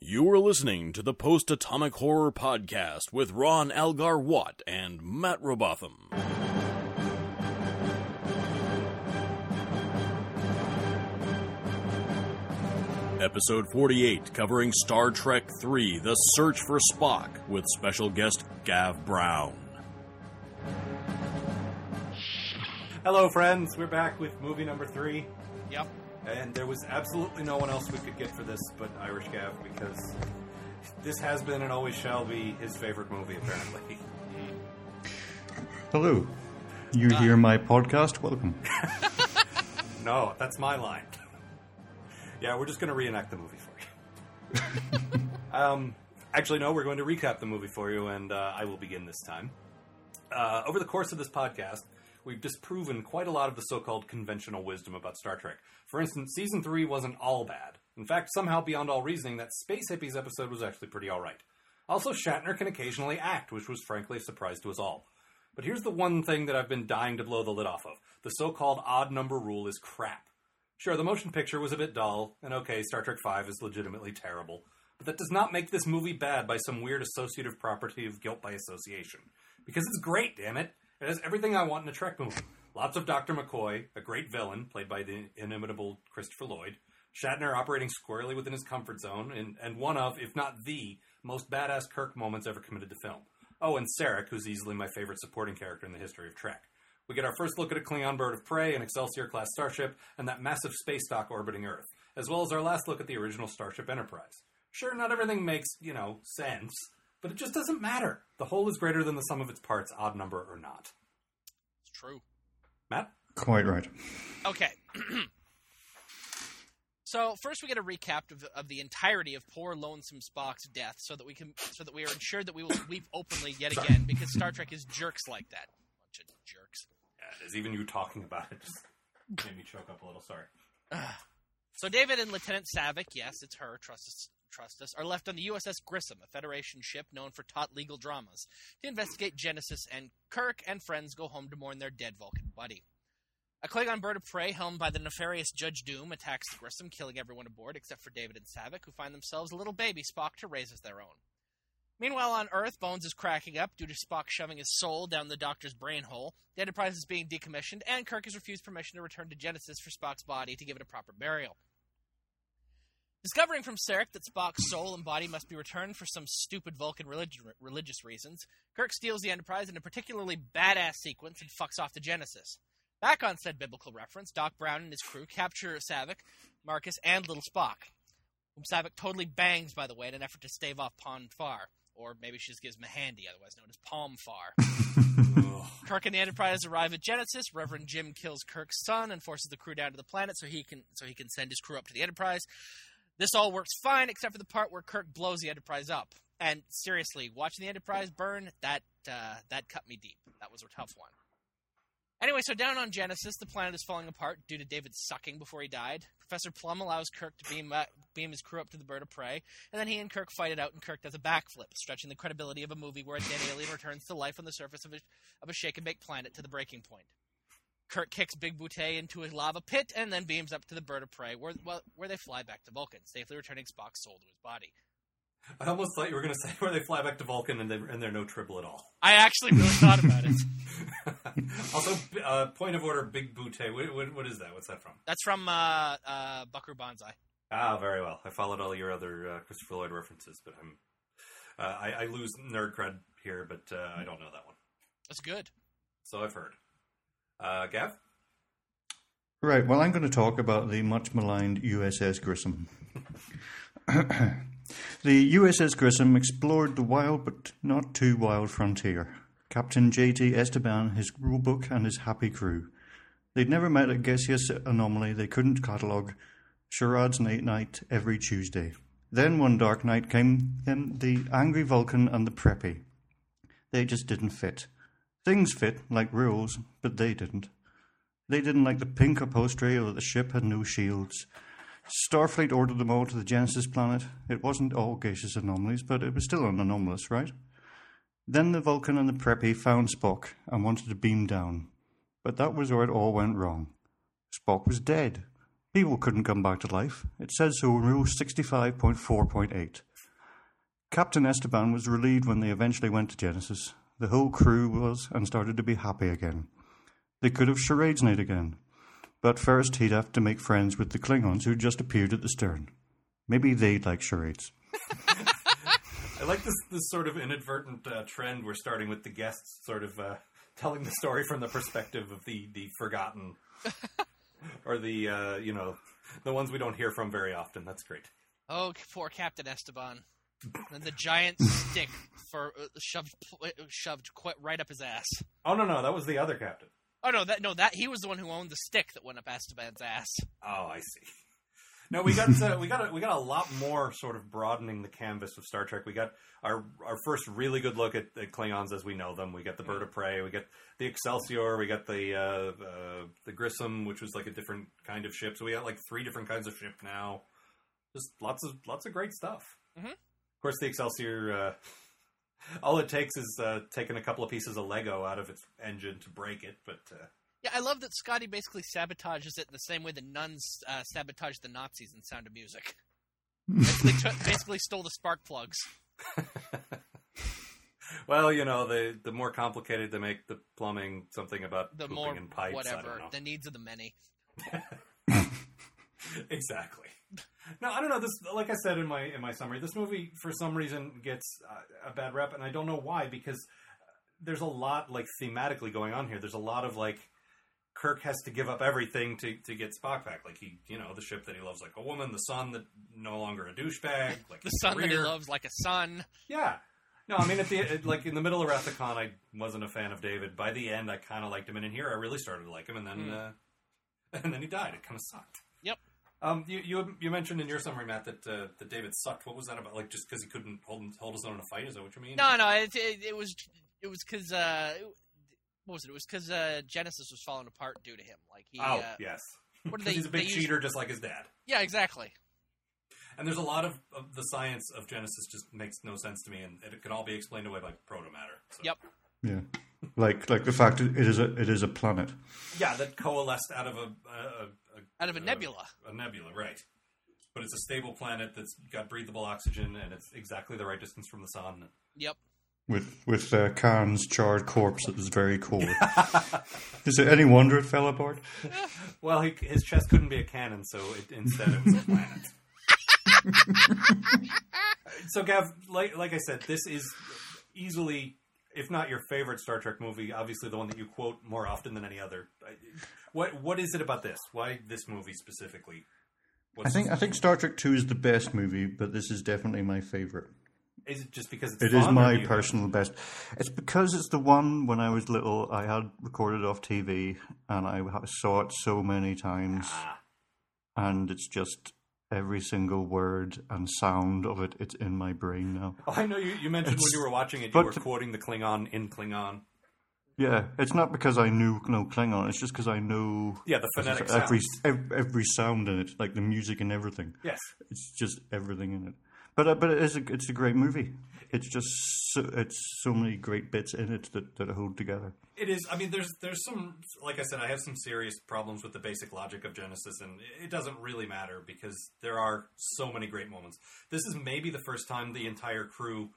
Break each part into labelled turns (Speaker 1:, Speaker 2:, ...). Speaker 1: You are listening to the Post Atomic Horror Podcast with Ron Algar Watt and Matt Robotham. Episode 48, covering Star Trek III The Search for Spock, with special guest Gav Brown.
Speaker 2: Hello, friends. We're back with movie number three,
Speaker 3: Yep.
Speaker 2: and there was absolutely no one else we could get for this but Irish Gav because this has been and always shall be his favorite movie, apparently.
Speaker 4: Hello. You hear my podcast? Welcome.
Speaker 2: no, that's my line. yeah, we're just going to reenact the movie for you. um, actually, no, we're going to recap the movie for you, and uh, I will begin this time. Uh, over the course of this podcast, we've disproven quite a lot of the so-called conventional wisdom about Star Trek. For instance, season three wasn't all bad. In fact, somehow beyond all reasoning, that Space Hippies episode was actually pretty all right. Also, Shatner can occasionally act, which was frankly a surprise to us all. But here's the one thing that I've been dying to blow the lid off of: the so-called odd number rule is crap. Sure, the motion picture was a bit dull, and okay, Star Trek V is legitimately terrible, but that does not make this movie bad by some weird associative property of guilt by association. Because it's great, damn it! It has everything I want in a Trek movie. Lots of Dr. McCoy, a great villain, played by the inimitable Christopher Lloyd, Shatner operating squarely within his comfort zone, and, and one of, if not the, most badass Kirk moments ever committed to film. Oh, and Sarek, who's easily my favorite supporting character in the history of Trek. We get our first look at a Klingon bird of prey, an Excelsior class starship, and that massive space dock orbiting Earth, as well as our last look at the original Starship Enterprise. Sure, not everything makes, you know, sense, but it just doesn't matter. The whole is greater than the sum of its parts, odd number or not.
Speaker 3: It's true.
Speaker 2: Matt?
Speaker 4: Quite right.
Speaker 3: Okay. so first, we get a recap of, of the entirety of poor lonesome Spock's death, so that we can, so that we are ensured that we will weep openly yet again, because Star Trek is jerks like that. Bunch of jerks.
Speaker 2: Yeah, it is even you talking about it just made me choke up a little. Sorry.
Speaker 3: So David and Lieutenant Savick, yes, it's her. Trust us. Trust us. Are left on the USS Grissom, a Federation ship known for taut legal dramas, to investigate Genesis, and Kirk and friends go home to mourn their dead Vulcan buddy. A Klingon bird of prey, helmed by the nefarious Judge Doom, attacks the Grissom, killing everyone aboard except for David and Savick, who find themselves a little baby Spock to raise as their own. Meanwhile, on Earth, Bones is cracking up due to Spock shoving his soul down the Doctor's brain hole. The Enterprise is being decommissioned, and Kirk has refused permission to return to Genesis for Spock's body to give it a proper burial. Discovering from Sarek that Spock's soul and body must be returned for some stupid Vulcan religion, religious reasons, Kirk steals the Enterprise in a particularly badass sequence and fucks off to Genesis. Back on said biblical reference, Doc Brown and his crew capture Savick, Marcus, and little Spock, whom Savick totally bangs, by the way, in an effort to stave off Pon Far, or maybe she just gives him a handy, otherwise known as Palm Far. Kirk and the Enterprise arrive at Genesis. Reverend Jim kills Kirk's son and forces the crew down to the planet so he can so he can send his crew up to the Enterprise. This all works fine except for the part where Kirk blows the Enterprise up. And seriously, watching the Enterprise burn that uh, that cut me deep. That was a tough one. Anyway, so down on Genesis, the planet is falling apart due to David sucking before he died. Professor Plum allows Kirk to beam, uh, beam his crew up to the bird of prey, and then he and Kirk fight it out, and Kirk does a backflip, stretching the credibility of a movie where a dead alien returns to life on the surface of a, of a shake and bake planet to the breaking point. Kirk kicks Big Boutte into a lava pit and then beams up to the bird of prey, where, well, where they fly back to Vulcan, safely returning Spock's soul to his body.
Speaker 2: I almost thought you were going to say where they fly back to Vulcan and, they, and they're no tribble at all.
Speaker 3: I actually really thought about it.
Speaker 2: also, b- uh, point of order, Big Boutte. What, what, what is that? What's that from?
Speaker 3: That's from uh, uh, Buckaroo Banzai.
Speaker 2: Ah, very well. I followed all your other uh, Christopher Lloyd references, but I'm uh, I, I lose nerd cred here, but uh, I don't know that one.
Speaker 3: That's good.
Speaker 2: So I've heard. Uh, Gav,
Speaker 4: Right, well, I'm going to talk about the much maligned USS Grissom. the USS Grissom explored the wild but not too wild frontier. Captain J.T. Esteban, his rulebook, and his happy crew. They'd never met a gaseous anomaly they couldn't catalogue. Charades night night every Tuesday. Then one dark night came then the angry Vulcan and the preppy. They just didn't fit. Things fit, like rules, but they didn't. They didn't like the pink upholstery or that the ship had no shields. Starfleet ordered them all to the Genesis planet. It wasn't all gaseous anomalies, but it was still an anomalous, right? Then the Vulcan and the Preppy found Spock and wanted to beam down. But that was where it all went wrong. Spock was dead. People couldn't come back to life. It says so in Rule 65.4.8. Captain Esteban was relieved when they eventually went to Genesis. The whole crew was and started to be happy again. They could have charades night again. But first, he'd have to make friends with the Klingons who just appeared at the stern. Maybe they'd like charades.
Speaker 2: I like this this sort of inadvertent uh, trend we're starting with the guests sort of uh, telling the story from the perspective of the the forgotten or the uh, you know the ones we don't hear from very often. That's great.
Speaker 3: Oh, c- poor Captain Esteban. And the giant stick for uh, shoved pl- uh, shoved quite right up his ass.
Speaker 2: Oh no no, that was the other captain.
Speaker 3: Oh no, that no that he was the one who owned the stick that went up Esteban's ass.
Speaker 2: Oh, I see. No, we got uh, we got a, we got a lot more sort of broadening the canvas of Star Trek. We got our our first really good look at, at Klingons as we know them. We got the Bird of Prey. We got the Excelsior. We got the uh, uh, the Grissom, which was like a different kind of ship. So we got like three different kinds of ship now. Just lots of lots of great stuff.
Speaker 3: Mhm.
Speaker 2: Of course, the Excelsior. Uh, all it takes is uh, taking a couple of pieces of Lego out of its engine to break it, but. Uh,
Speaker 3: Yeah, I love that Scotty basically sabotages it the same way the nuns uh, sabotaged the Nazis in Sound of Music. Basically, took, basically stole the spark plugs.
Speaker 2: Well, you know, the the more complicated they make the plumbing, something about
Speaker 3: The
Speaker 2: pooping
Speaker 3: more
Speaker 2: and pipes. I
Speaker 3: whatever
Speaker 2: don't know.
Speaker 3: the needs of the many.
Speaker 2: exactly. No, I don't know. This, like I said in my in my summary, this movie for some reason gets uh, a bad rep, and I don't know why. Because there's a lot like thematically going on here. There's a lot of like Kirk has to give up everything to to get Spock back. Like he, you know, the ship that he loves, like a woman, the son that no longer a douchebag, like
Speaker 3: The
Speaker 2: his
Speaker 3: son that he
Speaker 2: career.
Speaker 3: loves like a son.
Speaker 2: Yeah. No, I mean, at the at, like in the middle of Rathacon, I wasn't a fan of David. By the end, I kind of liked him, and in here, I really started to like him, and then
Speaker 3: Hmm.
Speaker 2: uh, and then he died. It kind of sucked.
Speaker 3: Yep.
Speaker 2: Um, you, you you mentioned in your summary, Matt, that uh, that David sucked. What was that about? Like, just because he couldn't hold hold his own in a fight? Is that what you mean?
Speaker 3: No, no, it, it, it was it was because uh, what was it? It was because uh, Genesis was falling apart due to him. Like he,
Speaker 2: Oh
Speaker 3: uh,
Speaker 2: yes,
Speaker 3: what do
Speaker 2: 'Cause
Speaker 3: they?
Speaker 2: he's a big
Speaker 3: they use-
Speaker 2: cheater, just like his dad.
Speaker 3: Yeah, exactly.
Speaker 2: And there's a lot of, of the science of Genesis just makes no sense to me, and it can all be explained away by proto matter. So.
Speaker 3: Yep.
Speaker 4: Yeah. Like like the fact that it is a it is a planet.
Speaker 2: Yeah, that coalesced out of a, a, a
Speaker 3: Out of a
Speaker 2: Uh,
Speaker 3: nebula.
Speaker 2: A nebula, right. But it's a stable planet that's got breathable oxygen and it's exactly the right distance from the sun.
Speaker 3: Yep.
Speaker 4: With with uh, Khan's charred corpse that was very cool. is it any wonder it fell apart?
Speaker 2: Well, he, his chest couldn't be a cannon, so it, instead it was a planet. so, Gav, like, like I said, this is easily, if not your favorite Star Trek movie, obviously the one that you quote more often than any other. I- What What is it about this? Why this movie specifically?
Speaker 4: I
Speaker 2: What's,
Speaker 4: think I think Star Trek Two is the best movie, but this is definitely my favorite.
Speaker 2: is it just because it's
Speaker 4: It is
Speaker 2: fun, or
Speaker 4: my
Speaker 2: do you-
Speaker 4: personal best. It's because it's the one when I was little I had recorded off TV and I ha- saw it so many times,
Speaker 2: Ah,
Speaker 4: and it's just every single word and sound of it. It's in my brain now.
Speaker 2: Oh, I know you, you mentioned when you were watching it, you
Speaker 4: but-
Speaker 2: were quoting the Klingon in Klingon.
Speaker 4: Yeah, it's not because I knew no Klingon. It's just because I know
Speaker 2: Yeah, the phonetic
Speaker 4: every
Speaker 2: sounds.
Speaker 4: ev- every sound in it, like the music and everything.
Speaker 2: Yes.
Speaker 4: It's just everything in it. But uh, but it is a, it's a great movie. It's just so, it's so many great bits in it that, that hold together.
Speaker 2: It is. I mean, there's there's some like I said, I have some serious problems with the basic logic of Genesis, and it- it doesn't really matter because there are so many great moments. This is maybe the first time the entire crew,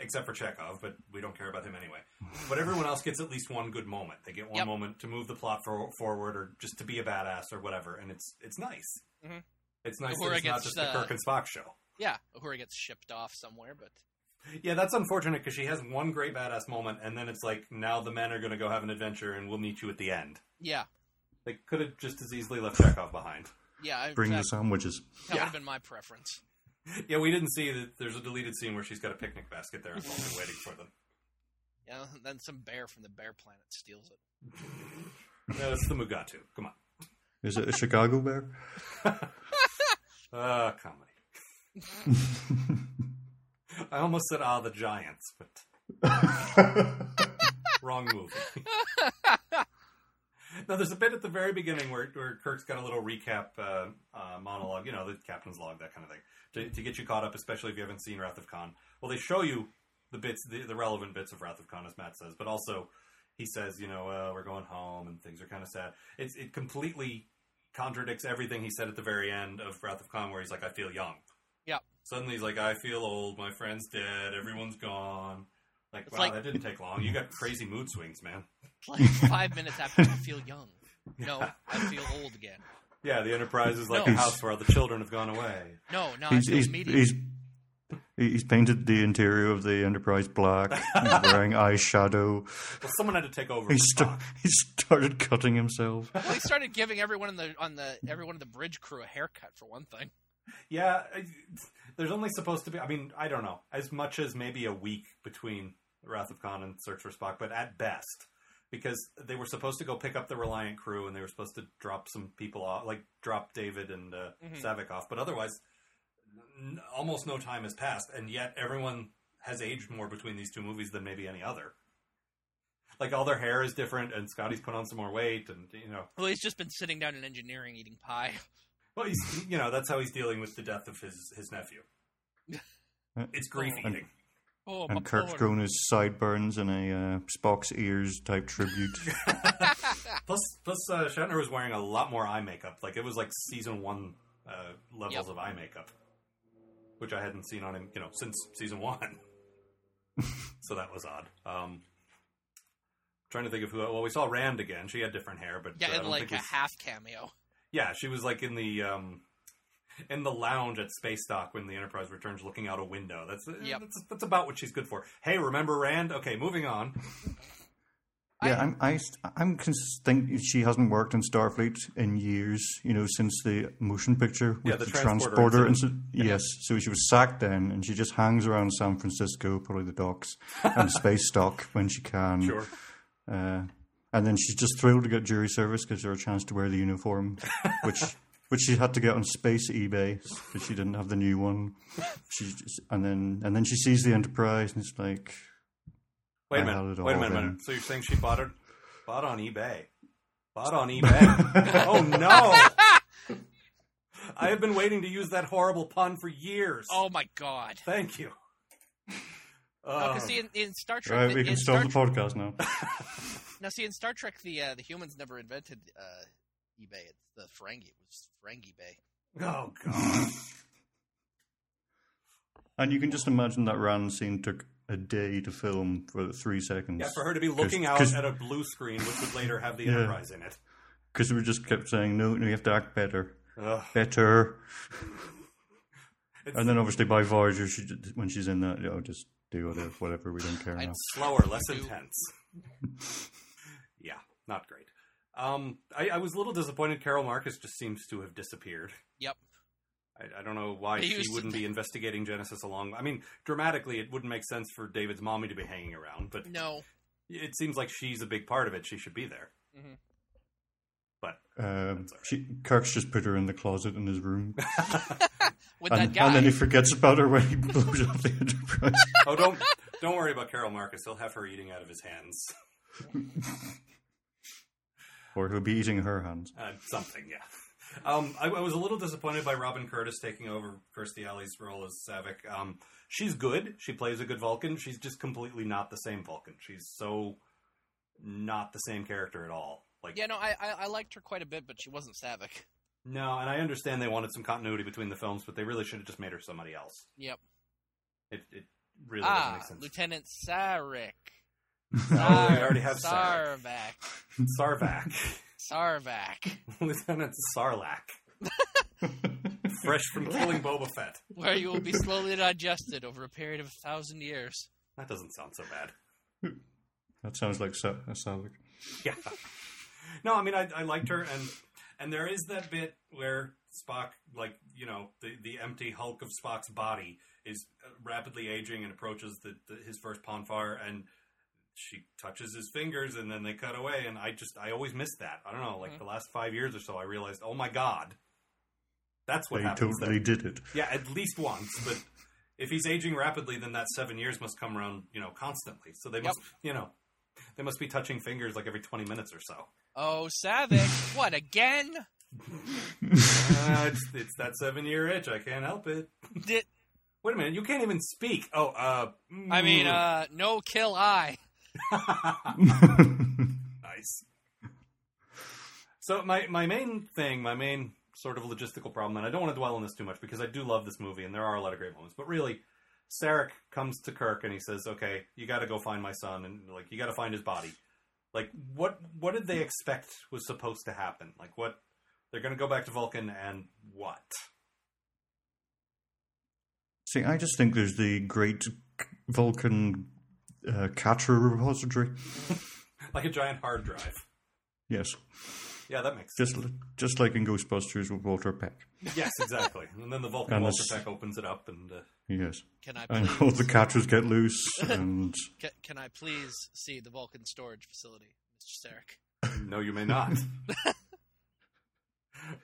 Speaker 2: except for Chekhov, but we don't care about him anyway. But everyone else gets at least one good moment. They get one
Speaker 3: Yep.
Speaker 2: moment to move the plot for, forward, or just to be a badass, or whatever. And it's it's nice.
Speaker 3: Mhm.
Speaker 2: It's nice.
Speaker 3: Uhura
Speaker 2: That it's not
Speaker 3: gets uh,
Speaker 2: just
Speaker 3: the-
Speaker 2: the Kirk and Spock show.
Speaker 3: Yeah, Uhura gets shipped off somewhere, but
Speaker 2: Yeah, that's unfortunate because she has one great badass moment, and then it's like, now the men are going to go have an adventure, and we'll meet you at the end.
Speaker 3: yeah,
Speaker 2: They could have just as easily left Chekhov behind.
Speaker 3: yeah. I-
Speaker 4: Bring
Speaker 3: that,
Speaker 4: the sandwiches.
Speaker 3: that would
Speaker 2: yeah.
Speaker 3: have been my preference.
Speaker 2: Yeah, we didn't see that there's a deleted scene where she's got a picnic basket there and they're waiting for them.
Speaker 3: Yeah, and then some bear from the bear planet steals it.
Speaker 2: No, it's the Mugatu. Come
Speaker 4: Is it a Chicago bear?
Speaker 2: on. Uh, comedy. I almost said, ah, the Giants, but wrong movie. now, there's a bit at the very beginning where, where Kirk's got a little recap uh, uh, monologue, you know, the captain's log, that kind of thing, to, to get you caught up, especially if you haven't seen Wrath of Khan. Well, they show you the bits, the, the relevant bits of Wrath of Khan, as Matt says, but also he says, you know, uh, we're going home and things are kind of sad. It's, it completely contradicts everything he said at the very end of Wrath of Khan, where he's like, I feel young.
Speaker 3: Yep.
Speaker 2: Suddenly he's like, I feel old. My friend's dead. Everyone's gone. Like,
Speaker 3: It's
Speaker 2: wow,
Speaker 3: like-
Speaker 2: that didn't take long. You got crazy mood swings, man.
Speaker 3: It's like five minutes after I feel young. No, I feel old again.
Speaker 2: Yeah, the Enterprise is like
Speaker 3: No.
Speaker 2: a house where all the children have gone away.
Speaker 3: No, no,
Speaker 4: he's,
Speaker 3: I feel
Speaker 4: he's,
Speaker 3: immediate.
Speaker 4: he's, he's painted the interior of the Enterprise black. He's wearing eyeshadow.
Speaker 2: Well, someone had to take over.
Speaker 4: He,
Speaker 2: for
Speaker 4: sta-
Speaker 2: Spock.
Speaker 4: he started cutting himself.
Speaker 3: well, he started giving everyone in the on the everyone in the bridge crew a haircut for one thing.
Speaker 2: Yeah, I- there's only supposed to be. I mean, I don't know. As much as maybe a week between Wrath of Khan and Search for Spock, but at best, because they were supposed to go pick up the Reliant crew and they were supposed to drop some people off, like drop David and uh,
Speaker 3: Mhm.
Speaker 2: Savick off. But otherwise, n- almost no time has passed, and yet everyone has aged more between these two movies than maybe any other. Like all their hair is different, and Scotty's put on some more weight, and you know.
Speaker 3: Well, he's just been sitting down in engineering eating pie.
Speaker 2: Well, he's you know that's how he's dealing with the death of his his nephew. It's grief
Speaker 4: And-
Speaker 2: eating.
Speaker 3: Oh, my
Speaker 4: And Kirk's
Speaker 3: lord.
Speaker 4: grown his sideburns and a uh, Spock's ears type tribute.
Speaker 2: Plus, plus uh, Shatner was wearing a lot more eye makeup. Like it was like season one uh, levels
Speaker 3: Yep.
Speaker 2: of eye makeup, which I hadn't seen on him, you know, since season one. so that was odd. Um, trying to think of who. Well, we saw Rand again. She had different hair, but uh, I
Speaker 3: Yeah, in
Speaker 2: don't
Speaker 3: like
Speaker 2: think
Speaker 3: a
Speaker 2: we-
Speaker 3: half cameo.
Speaker 2: yeah, she was like in the um, in the lounge at Space Dock when the Enterprise returns, looking out a window. That's uh,
Speaker 3: Yep.
Speaker 2: that's, that's about what she's good for. Hey, remember Rand? Okay, moving on.
Speaker 4: yeah, I'm, I, st- I'm cons- think she hasn't worked in Starfleet in years, you know, since the motion picture with
Speaker 2: Yeah, the transporter
Speaker 4: incident. Yes, so she was sacked then, and she just hangs around San Francisco, probably the docks, and space dock when she can.
Speaker 2: Sure.
Speaker 4: Uh, and then she's just thrilled to get jury service, gives her a chance to wear the uniform, which which she had to get on space eBay because she didn't have the new one. She just, and then and then she sees the Enterprise and it's like,
Speaker 2: Wait a
Speaker 4: I held
Speaker 2: minute.
Speaker 4: it
Speaker 2: Wait a
Speaker 4: all
Speaker 2: minute,
Speaker 4: then.
Speaker 2: minute. So you're saying she bought it? Bought on eBay. Bought on eBay. oh no! I have been waiting to use that horrible pun for years.
Speaker 3: Oh my god.
Speaker 2: thank you.
Speaker 3: No,
Speaker 2: Uh,
Speaker 3: 'cause see, in, in Star Trek,
Speaker 4: right,
Speaker 3: the-
Speaker 4: we can
Speaker 3: in
Speaker 4: stop
Speaker 3: Star
Speaker 4: the podcast now.
Speaker 3: Now, see, in Star Trek, the uh, the humans never invented uh, eBay. It's the Ferengi. It was Ferengi Bay.
Speaker 2: oh god!
Speaker 4: And you can just imagine that Rand scene took a day to film for the three seconds.
Speaker 2: Yeah, for her to be looking out
Speaker 4: 'cause-
Speaker 2: at a blue screen, which would later have the
Speaker 4: Yeah.
Speaker 2: Enterprise in it.
Speaker 4: Because we just kept saying, no, no, you have to act better.
Speaker 2: Ugh.
Speaker 4: Better.
Speaker 2: It's-
Speaker 4: and then obviously by Voyager, she, j- when she's in that, you know, just do whatever, whatever we don't care
Speaker 3: I-
Speaker 4: now.
Speaker 2: slower, less
Speaker 3: Two.
Speaker 2: intense. yeah, not great. Um, I, I was a little disappointed. Carol Marcus just seems to have disappeared.
Speaker 3: Yep.
Speaker 2: I, I don't know why
Speaker 3: They
Speaker 2: she
Speaker 3: used-
Speaker 2: wouldn't be investigating Genesis along. I mean, dramatically, it wouldn't make sense for David's mommy to be hanging around, but
Speaker 3: No.
Speaker 2: it seems like she's a big part of it. She should be there.
Speaker 4: Um,
Speaker 2: That's all right.
Speaker 4: she, Kirk's just put her in the closet in his room.
Speaker 3: With
Speaker 4: And,
Speaker 3: that guy.
Speaker 4: and then he forgets about her when he blows up the Enterprise.
Speaker 2: Oh, don't don't worry about Carol Marcus. He'll have her eating out of his hands.
Speaker 4: or he'll be eating her hands.
Speaker 2: Uh, something, yeah. Um, I, I was a little disappointed by Robin Curtis taking over Kirstie Alley's role as Savick. Um, she's good. She plays a good Vulcan. She's just completely not the same Vulcan. She's so not the same character at all. Like,
Speaker 3: yeah, no, I, I I liked her quite a bit, but she wasn't Savick.
Speaker 2: no. And I understand they wanted some continuity between the films, but they really should have just made her somebody else.
Speaker 3: Yep.
Speaker 2: It, it really doesn't
Speaker 3: ah,
Speaker 2: make sense.
Speaker 3: Lieutenant Sarek.
Speaker 2: Oh, we already have Sarek.
Speaker 3: Sarvac.
Speaker 2: Sarvac.
Speaker 3: Sarvac.
Speaker 2: Lieutenant Sarlacc. Fresh from killing Boba Fett.
Speaker 3: Where you will be slowly digested over a period of a thousand years.
Speaker 2: That doesn't sound so bad.
Speaker 4: That sounds like Sa- Savick.
Speaker 2: yeah. No, I mean, I, I liked her, and and there is that bit where Spock, like you know, the the empty hulk of Spock's body is uh, rapidly aging and approaches the, the his first Ponfar, and she touches his fingers, and then they cut away, and I just I always missed that. I don't know, like
Speaker 3: Mhm.
Speaker 2: the last five years or so, I realized, oh my god, that's what
Speaker 4: They
Speaker 2: happens.
Speaker 4: totally
Speaker 2: there.
Speaker 4: did it.
Speaker 2: Yeah, at least once, but. If he's aging rapidly, then that seven years must come around, you know, constantly. So they
Speaker 3: Yep.
Speaker 2: must, you know, they must be touching fingers like every twenty minutes or so.
Speaker 3: Oh, Savick. what, again?
Speaker 2: Ah, it's, it's that seven year itch. I can't help it.
Speaker 3: Did,
Speaker 2: Wait a minute. You can't even speak. Oh, uh. mm.
Speaker 3: I mean, uh, no kill I.
Speaker 2: nice. So, my, my main thing, my main sort of logistical problem, and I don't want to dwell on this too much because I do love this movie, and there are a lot of great moments. But really, Sarek comes to Kirk and he says, "Okay, you got to go find my son, and like you got to find his body." Like, what what did they expect was supposed to happen? Like, what they're going to go back to Vulcan, and what?
Speaker 4: See, I just think there's the great Vulcan uh, Catra repository.
Speaker 2: Like a giant hard drive.
Speaker 4: Yes,
Speaker 2: Yeah, that makes sense.
Speaker 4: just just like in Ghostbusters with Walter Peck.
Speaker 2: yes, exactly. And then the Vulcan
Speaker 4: And
Speaker 2: Walter
Speaker 4: this-
Speaker 2: Peck opens it up, and uh,
Speaker 4: Yes,
Speaker 3: Can I
Speaker 4: and
Speaker 3: please,
Speaker 4: all the Catras get loose, and
Speaker 3: ca- can I please see the Vulcan storage facility, Mr. Sarek?
Speaker 2: no, you may not.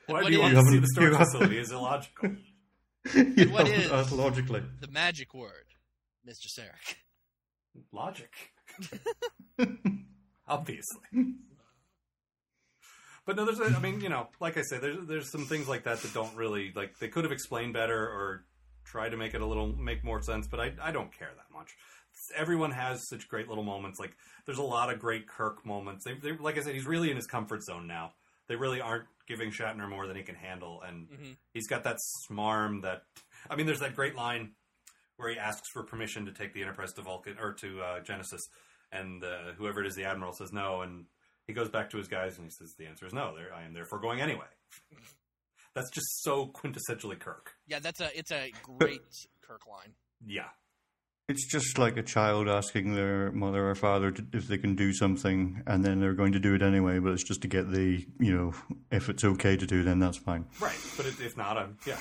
Speaker 2: Why
Speaker 3: What
Speaker 2: do you
Speaker 3: is-
Speaker 2: want
Speaker 4: You
Speaker 2: to see the storage
Speaker 4: haven't- you haven't-
Speaker 2: facility? Is illogical.
Speaker 4: you
Speaker 3: what
Speaker 4: haven't
Speaker 3: is-
Speaker 4: asked logically.
Speaker 3: The magic word, Mr. Sarek.
Speaker 2: Logic. Obviously. But no, there's. A, I mean, you know, like I say, there's there's some things like that that don't really like. They could have explained better or tried to make it a little make more sense. But I I don't care that much. Everyone has such great little moments. Like there's a lot of great Kirk moments. They, they like I said, he's really in his comfort zone now. They really aren't giving Shatner more than he can handle, and
Speaker 3: Mhm.
Speaker 2: he's got that smarm that I mean, there's that great line where he asks for permission to take the Enterprise to Vulcan or to uh, Genesis, and uh, whoever it is, the Admiral says no, and he goes back to his guys and he says the answer is no. There, I am therefore going anyway. That's just so quintessentially Kirk.
Speaker 3: Yeah, that's a it's a great Kirk line.
Speaker 2: Yeah,
Speaker 4: It's just like a child asking their mother or father to, if they can do something, and then they're going to do it anyway. But it's just to get the, you know, if it's okay to do, then that's fine.
Speaker 2: right. But if, if not, I'm yeah,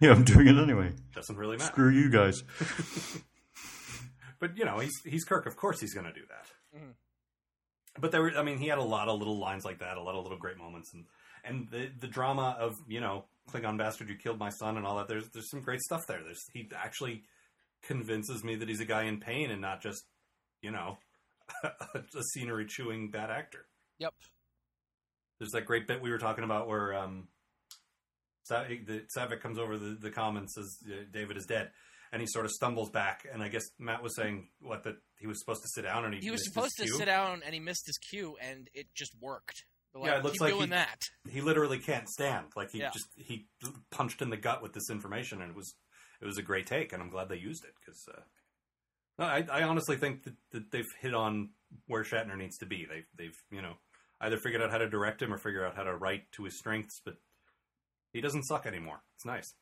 Speaker 4: Yeah, I'm doing it anyway.
Speaker 2: doesn't really matter.
Speaker 4: Screw you guys.
Speaker 2: But you know, he's he's Kirk. Of course, he's going to do that.
Speaker 3: Mhm.
Speaker 2: But there, were, I mean, he had a lot of little lines like that, a lot of little great moments, and and the the drama of you know Klingon bastard, you killed my son, and all that. There's there's some great stuff there. There's he actually convinces me that he's a guy in pain and not just you know a scenery chewing bad actor.
Speaker 3: Yep.
Speaker 2: There's that great bit we were talking about where um, Sa- the, Savick comes over the, the comm and says uh, David is dead, and he sort of stumbles back. And I guess Matt was saying what that he was supposed to sit down, and he,
Speaker 3: He was
Speaker 2: missed his
Speaker 3: supposed to
Speaker 2: cue.
Speaker 3: sit down and he missed his cue, and it just worked. They're
Speaker 2: Yeah, it looks
Speaker 3: keep
Speaker 2: like
Speaker 3: doing
Speaker 2: he-
Speaker 3: that.
Speaker 2: He literally can't stand. Like he
Speaker 3: Yeah.
Speaker 2: just he punched in the gut with this information, and it was it was a great take, and I'm glad they used it because. Uh, no, I, I honestly think that, that they've hit on where Shatner needs to be. They've, they've, you know, either figured out how to direct him or figure out how to write to his strengths. But he doesn't suck anymore. It's nice.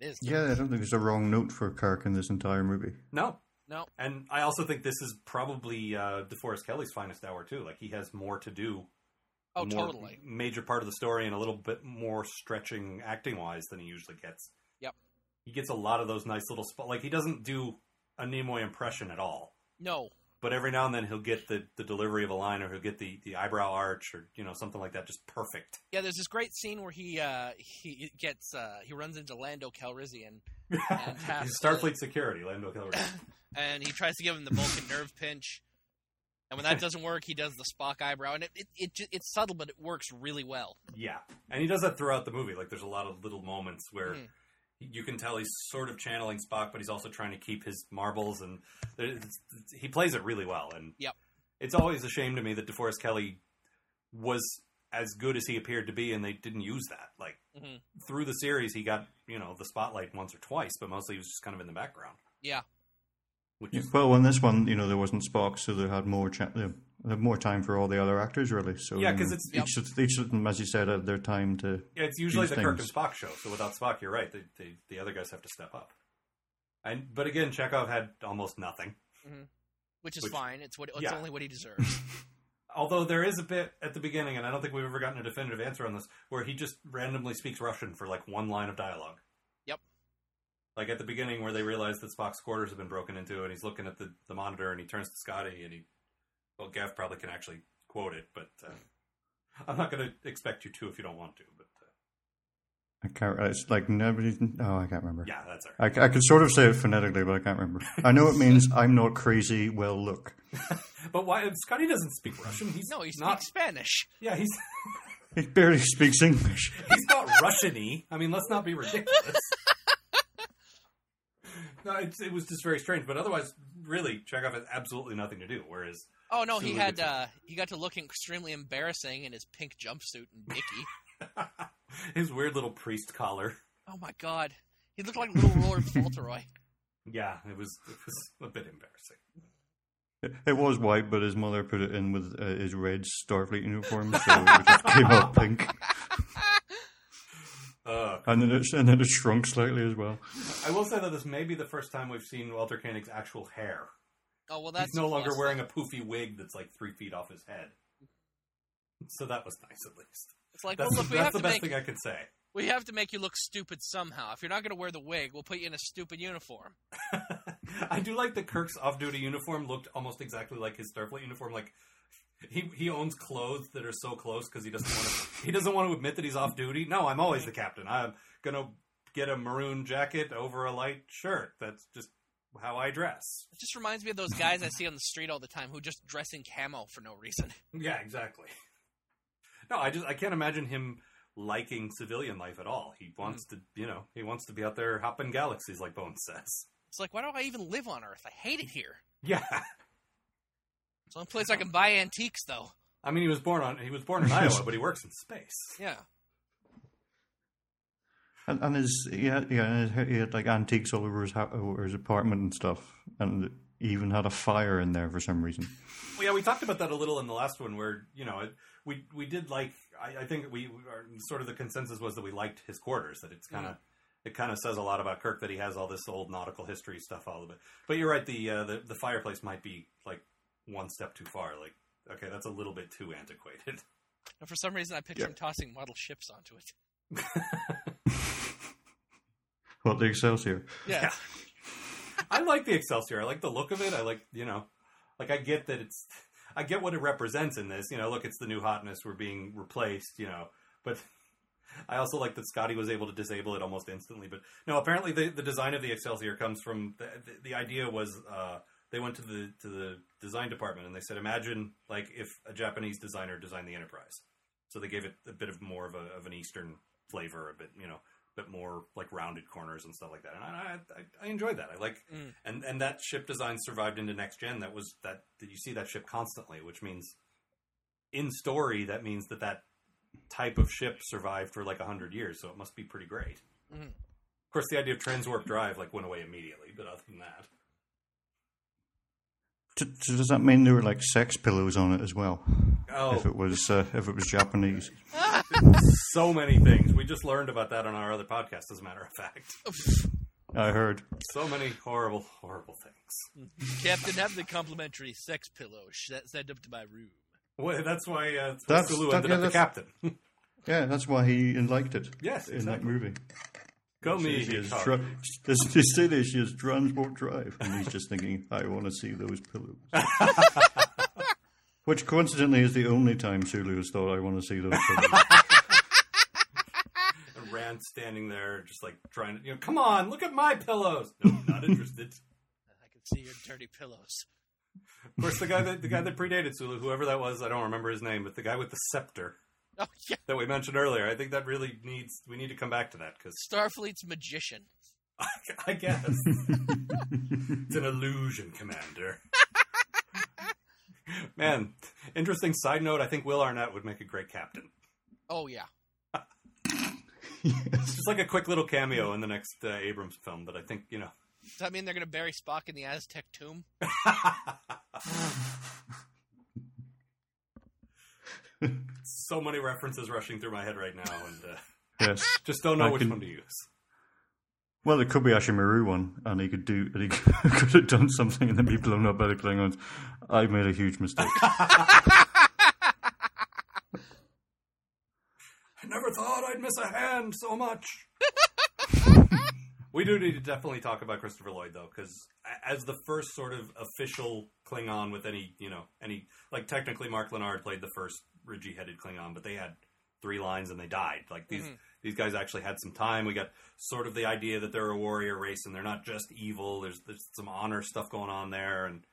Speaker 3: It is.
Speaker 4: Yeah, I don't think it's a wrong note for Kirk in this entire movie.
Speaker 2: No,
Speaker 3: No.
Speaker 2: And I also think this is probably uh, DeForest Kelly's finest hour too. Like he has more to do.
Speaker 3: Oh,
Speaker 2: more-
Speaker 3: totally.
Speaker 2: Major part of the story and a little bit more stretching acting wise than he usually gets.
Speaker 3: Yep.
Speaker 2: He gets a lot of those nice little spot. Like he doesn't do a Nimoy impression at all.
Speaker 3: No.
Speaker 2: But every now and then he'll get the, the delivery of a line or he'll get the, the eyebrow arch or you know something like that just perfect.
Speaker 3: Yeah, there's this great scene where he uh, he gets uh, he runs into Lando Calrissian Fantastic.
Speaker 2: Starfleet security, Lando Calrissian.
Speaker 3: and he tries to give him the Vulcan nerve pinch. And when that doesn't work, he does the Spock eyebrow, and it, it, it ju- it's subtle, but it works really well.
Speaker 2: Yeah, and he does that throughout the movie. Like, there's a lot of little moments where
Speaker 3: Mhm.
Speaker 2: you can tell he's sort of channeling Spock, but he's also trying to keep his marbles, and there, it's, it's- he plays it really well. And
Speaker 3: Yep.
Speaker 2: it's always a shame to me that DeForest Kelly was as good as he appeared to be, and they didn't use that. Like
Speaker 3: Mhm.
Speaker 2: through the series, he got you know the spotlight once or twice, but mostly he was just kind of in the background.
Speaker 3: Yeah.
Speaker 2: which is
Speaker 4: Well, on this one, you know, there wasn't Spock, so they had more cha- they had more time for all the other actors, really. So
Speaker 2: Yeah,
Speaker 4: you
Speaker 2: 'cause
Speaker 4: know,
Speaker 2: it's-
Speaker 4: each of, each of them, as you said, had their time to.
Speaker 2: Yeah, it's usually
Speaker 4: these
Speaker 2: the Kirk and
Speaker 4: things.
Speaker 2: Spock show. So without Spock, you're right. The, the, the other guys have to step up. And but again, Chekhov had almost nothing.
Speaker 3: which is
Speaker 2: Which-
Speaker 3: fine. It's what it's
Speaker 2: yeah.
Speaker 3: only what he deserves.
Speaker 2: Although there is a bit at the beginning, and I don't think we've ever gotten a definitive answer on this, where he just randomly speaks Russian for like one line of dialogue.
Speaker 3: Yep.
Speaker 2: Like at the beginning, where they realize that Spock's quarters have been broken into, and he's looking at the, the monitor, and he turns to Scotty, and he, well, Gav probably can actually quote it, but uh, I'm not going to expect you to if you don't want to. But uh,
Speaker 4: I can't. uh, It's like nobody. Oh, I can't remember.
Speaker 2: yeah, that's all right.
Speaker 4: I, c- I can sort of say it phonetically, but I can't remember. I know it means I'm not crazy. Well, look.
Speaker 2: But why Scotty doesn't speak Russian? He's
Speaker 3: no, he speaks
Speaker 2: not.
Speaker 3: Spanish.
Speaker 2: Yeah, he's
Speaker 4: He barely speaks English.
Speaker 2: He's not Russian-y. I mean, let's not be ridiculous. no, it, it was just very strange. But otherwise, really, Chekhov has absolutely nothing to do. Whereas,
Speaker 3: Oh no,
Speaker 2: So
Speaker 3: he
Speaker 2: we
Speaker 3: had
Speaker 2: could-
Speaker 3: uh, he got to look extremely embarrassing in his pink jumpsuit and Mickey.
Speaker 2: His weird little priest collar.
Speaker 3: Oh my god. He looked like Little Lord Fauntleroy.
Speaker 2: Yeah, it was it was a bit embarrassing.
Speaker 4: It, it was white, but his mother put it in with uh, his red Starfleet uniform, so it just came out pink.
Speaker 2: Uh,
Speaker 4: And then, it, and then it shrunk slightly as well.
Speaker 2: I will say that this may be the first time we've seen Walter Koenig's actual hair.
Speaker 3: Oh well, that's
Speaker 2: He's no
Speaker 3: a
Speaker 2: longer
Speaker 3: plus.
Speaker 2: wearing a poofy wig that's like three feet off his head. So that was nice, at least.
Speaker 3: It's like,
Speaker 2: That's,
Speaker 3: well, look, we have
Speaker 2: that's
Speaker 3: to
Speaker 2: the best
Speaker 3: make
Speaker 2: thing I can say.
Speaker 3: we have to make you look stupid somehow. If you're not going to wear the wig, we'll put you in a stupid uniform.
Speaker 2: I do like that Kirk's off-duty uniform looked almost exactly like his Starfleet uniform. Like he he owns clothes that are so close because he doesn't want to he doesn't want to admit that he's off duty. No, I'm always the captain. I'm gonna get a maroon jacket over a light shirt. That's just how I dress.
Speaker 3: It just reminds me of those guys I see on the street all the time who just dress in camo for no reason.
Speaker 2: Yeah, exactly. No, I just I can't imagine him liking civilian life at all. He wants to, you know, he wants to be out there hopping galaxies like Bones says.
Speaker 3: It's like, why do I even live on Earth? I hate it here.
Speaker 2: Yeah.
Speaker 3: It's the only place I can buy antiques, though.
Speaker 2: I mean, he was born on he was born in Iowa, but he works in space.
Speaker 3: Yeah.
Speaker 4: And, and his he had, yeah, and his- he had like antiques all over his ha- over his apartment and stuff, and he even had a fire in there for some reason.
Speaker 2: Well, yeah, we talked about that a little in the last one, where you know it, we we did like I, I think we our, sort of the consensus was that we liked his quarters. That it's kind of it kind of says a lot about Kirk that he has all this old nautical history stuff, all of it. But you're right, the uh, the, the fireplace might be like one step too far. Like, okay, that's a little bit too antiquated.
Speaker 3: And for some reason, I picture
Speaker 4: Yeah.
Speaker 3: him tossing model ships onto it.
Speaker 4: What the Excelsior?
Speaker 3: Yeah.
Speaker 2: Yeah. I like the Excelsior. I like the look of it. I like, you know, like I get that it's, I get what it represents in this. You know, look, it's the new hotness. We're being replaced, you know. But I also like that Scotty was able to disable it almost instantly. But no, apparently the, the design of the Excelsior comes from the, the, the idea was uh, they went to the to the design department and they said, imagine like if a Japanese designer designed the Enterprise. So they gave it a bit of more of a of an Eastern flavor, a bit, you know, bit more like rounded corners and stuff like that. And I, I, I enjoy that. I like,
Speaker 3: Mm.
Speaker 2: and and that ship design survived into next gen. That was that that you see that ship constantly, which means in story that means that that type of ship survived for like hundred years. So it must be pretty great.
Speaker 3: Mm.
Speaker 2: Of course, the idea of transwarp drive like went away immediately. But other than that,
Speaker 4: D- d- does that mean there were like sex pillows on it as well? If
Speaker 2: oh,
Speaker 4: it was uh, if it was Japanese,
Speaker 2: so many things we just learned about that on our other podcast. As a matter of fact,
Speaker 4: I heard.
Speaker 2: so many horrible, horrible things.
Speaker 3: Captain, have the complimentary sex pillow sh- sent up to my room.
Speaker 2: Well, that's why uh,
Speaker 4: That's-
Speaker 2: Sulu
Speaker 4: that-
Speaker 2: ended
Speaker 4: yeah,
Speaker 2: up the
Speaker 4: that's-
Speaker 2: captain.
Speaker 4: Yeah, that's why he liked it.
Speaker 2: Yes,
Speaker 4: in that
Speaker 2: exactly.
Speaker 4: movie.
Speaker 2: Come
Speaker 4: They
Speaker 2: easy,
Speaker 4: say she has
Speaker 2: Tark.
Speaker 4: tra- they they say that she has transport drive, and he's just thinking, "I want to see those pillows." Which coincidentally is the only time Sulu has thought, "I want to see those pillows."
Speaker 2: And Rand standing there, just like trying to, you know, come on, look at my pillows. No, not interested.
Speaker 3: I can see your dirty pillows.
Speaker 2: of course, the guy that the guy that predated Sulu, whoever that was, I don't remember his name, but the guy with the scepter
Speaker 3: Oh, yeah.
Speaker 2: that we mentioned earlier. I think that really needs we need to come back to that because
Speaker 3: Starfleet's magician.
Speaker 2: I guess it's an illusion, Commander. Man, interesting side note. I think Will Arnett would make a great captain.
Speaker 3: Oh, yeah.
Speaker 2: It's just like a quick little cameo in the next uh, Abrams film, but I think you know.
Speaker 3: Does that mean they're going to bury Spock in the Aztec tomb?
Speaker 2: so many references rushing through my head right now, and uh,
Speaker 4: yes.
Speaker 2: just don't know
Speaker 4: I
Speaker 2: which
Speaker 4: can-
Speaker 2: one to use.
Speaker 4: Well, it could be Ashimaru one, and he could do, and he could have done something and then be blown up by the Klingons. I made a huge mistake.
Speaker 2: I never thought I'd miss a hand so much. we do need to definitely talk about Christopher Lloyd though, because as the first sort of official Klingon with any, you know, any like technically Mark Lennard played the first ridgy-headed Klingon, but they had three lines and they died. Like these
Speaker 3: Mhm.
Speaker 2: these guys actually had some time. We got sort of the idea that they're a warrior race and they're not just evil. There's there's some honor stuff going on there, and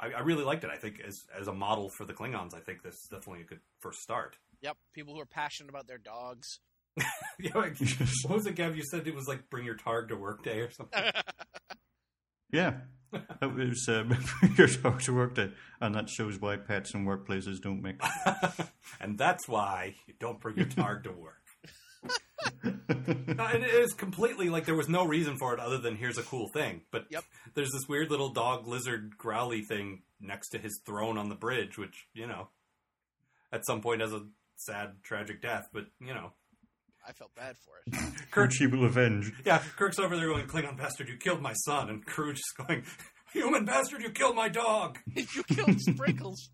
Speaker 2: I, I really liked it. I think as as a model for the Klingons, I think this is definitely a good first start.
Speaker 3: Yep. People who are passionate about their dogs.
Speaker 2: Yeah, like, what was it, Gav? You said it was like bring your targ to work day or something.
Speaker 4: yeah, that was um, your talk to work day, and that shows why pets and workplaces don't mix.
Speaker 2: and that's why you don't bring your targ to work. No, it is completely like there was no reason for it other than here's a cool thing. But
Speaker 3: Yep.
Speaker 2: there's this weird little dog lizard growly thing next to his throne on the bridge, which you know, at some point has a sad, tragic death. But you know,
Speaker 3: I felt bad for it.
Speaker 2: Kirk,
Speaker 4: Which he will avenge.
Speaker 2: yeah, Kirk's over there going, "Klingon bastard, you killed my son," and Crew just going, "Human bastard, you killed my dog."
Speaker 3: you killed Sprinkles.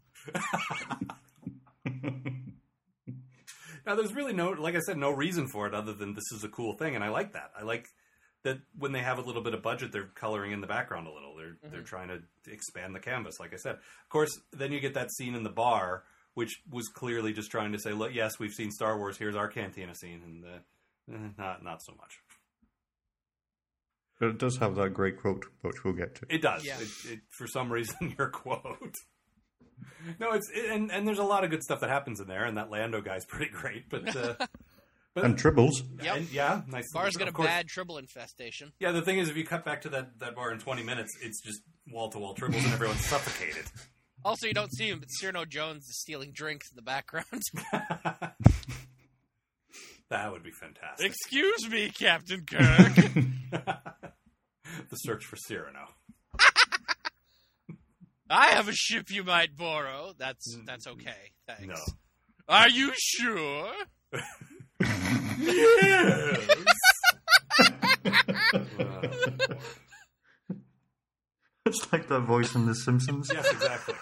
Speaker 2: Now, there's really no, like I said, no reason for it other than this is a cool thing, and I like that. I like that when they have a little bit of budget, they're coloring in the background a little. They're
Speaker 3: Mm-hmm.
Speaker 2: they're trying to expand the canvas. Like I said, of course, then you get that scene in the bar, which was clearly just trying to say, "Look, yes, we've seen Star Wars. Here's our cantina scene," and uh, eh, not not so much.
Speaker 4: But it does have that great quote, which we'll get to.
Speaker 2: It does.
Speaker 3: Yeah.
Speaker 2: It, it, for some reason, your quote. No, it's it, and and there's a lot of good stuff that happens in there, and that Lando guy's pretty great. But uh,
Speaker 4: And Tribbles.
Speaker 3: Yep.
Speaker 2: and, yeah, nice.
Speaker 3: Bar's got a
Speaker 2: of course-
Speaker 3: bad trouble infestation.
Speaker 2: Yeah, the thing is, if you cut back to that, that bar in 20 minutes, it's just wall to wall triples and everyone's suffocated.
Speaker 3: Also, you don't see him, but Cyrano Jones is stealing drinks in the background.
Speaker 2: That would be fantastic.
Speaker 3: Excuse me, Captain Kirk.
Speaker 2: The search for Cyrano.
Speaker 3: I have a ship you might borrow. That's that's okay. Thanks.
Speaker 2: No.
Speaker 3: Are you sure?
Speaker 4: It's like that voice in The Simpsons,
Speaker 2: yes, exactly.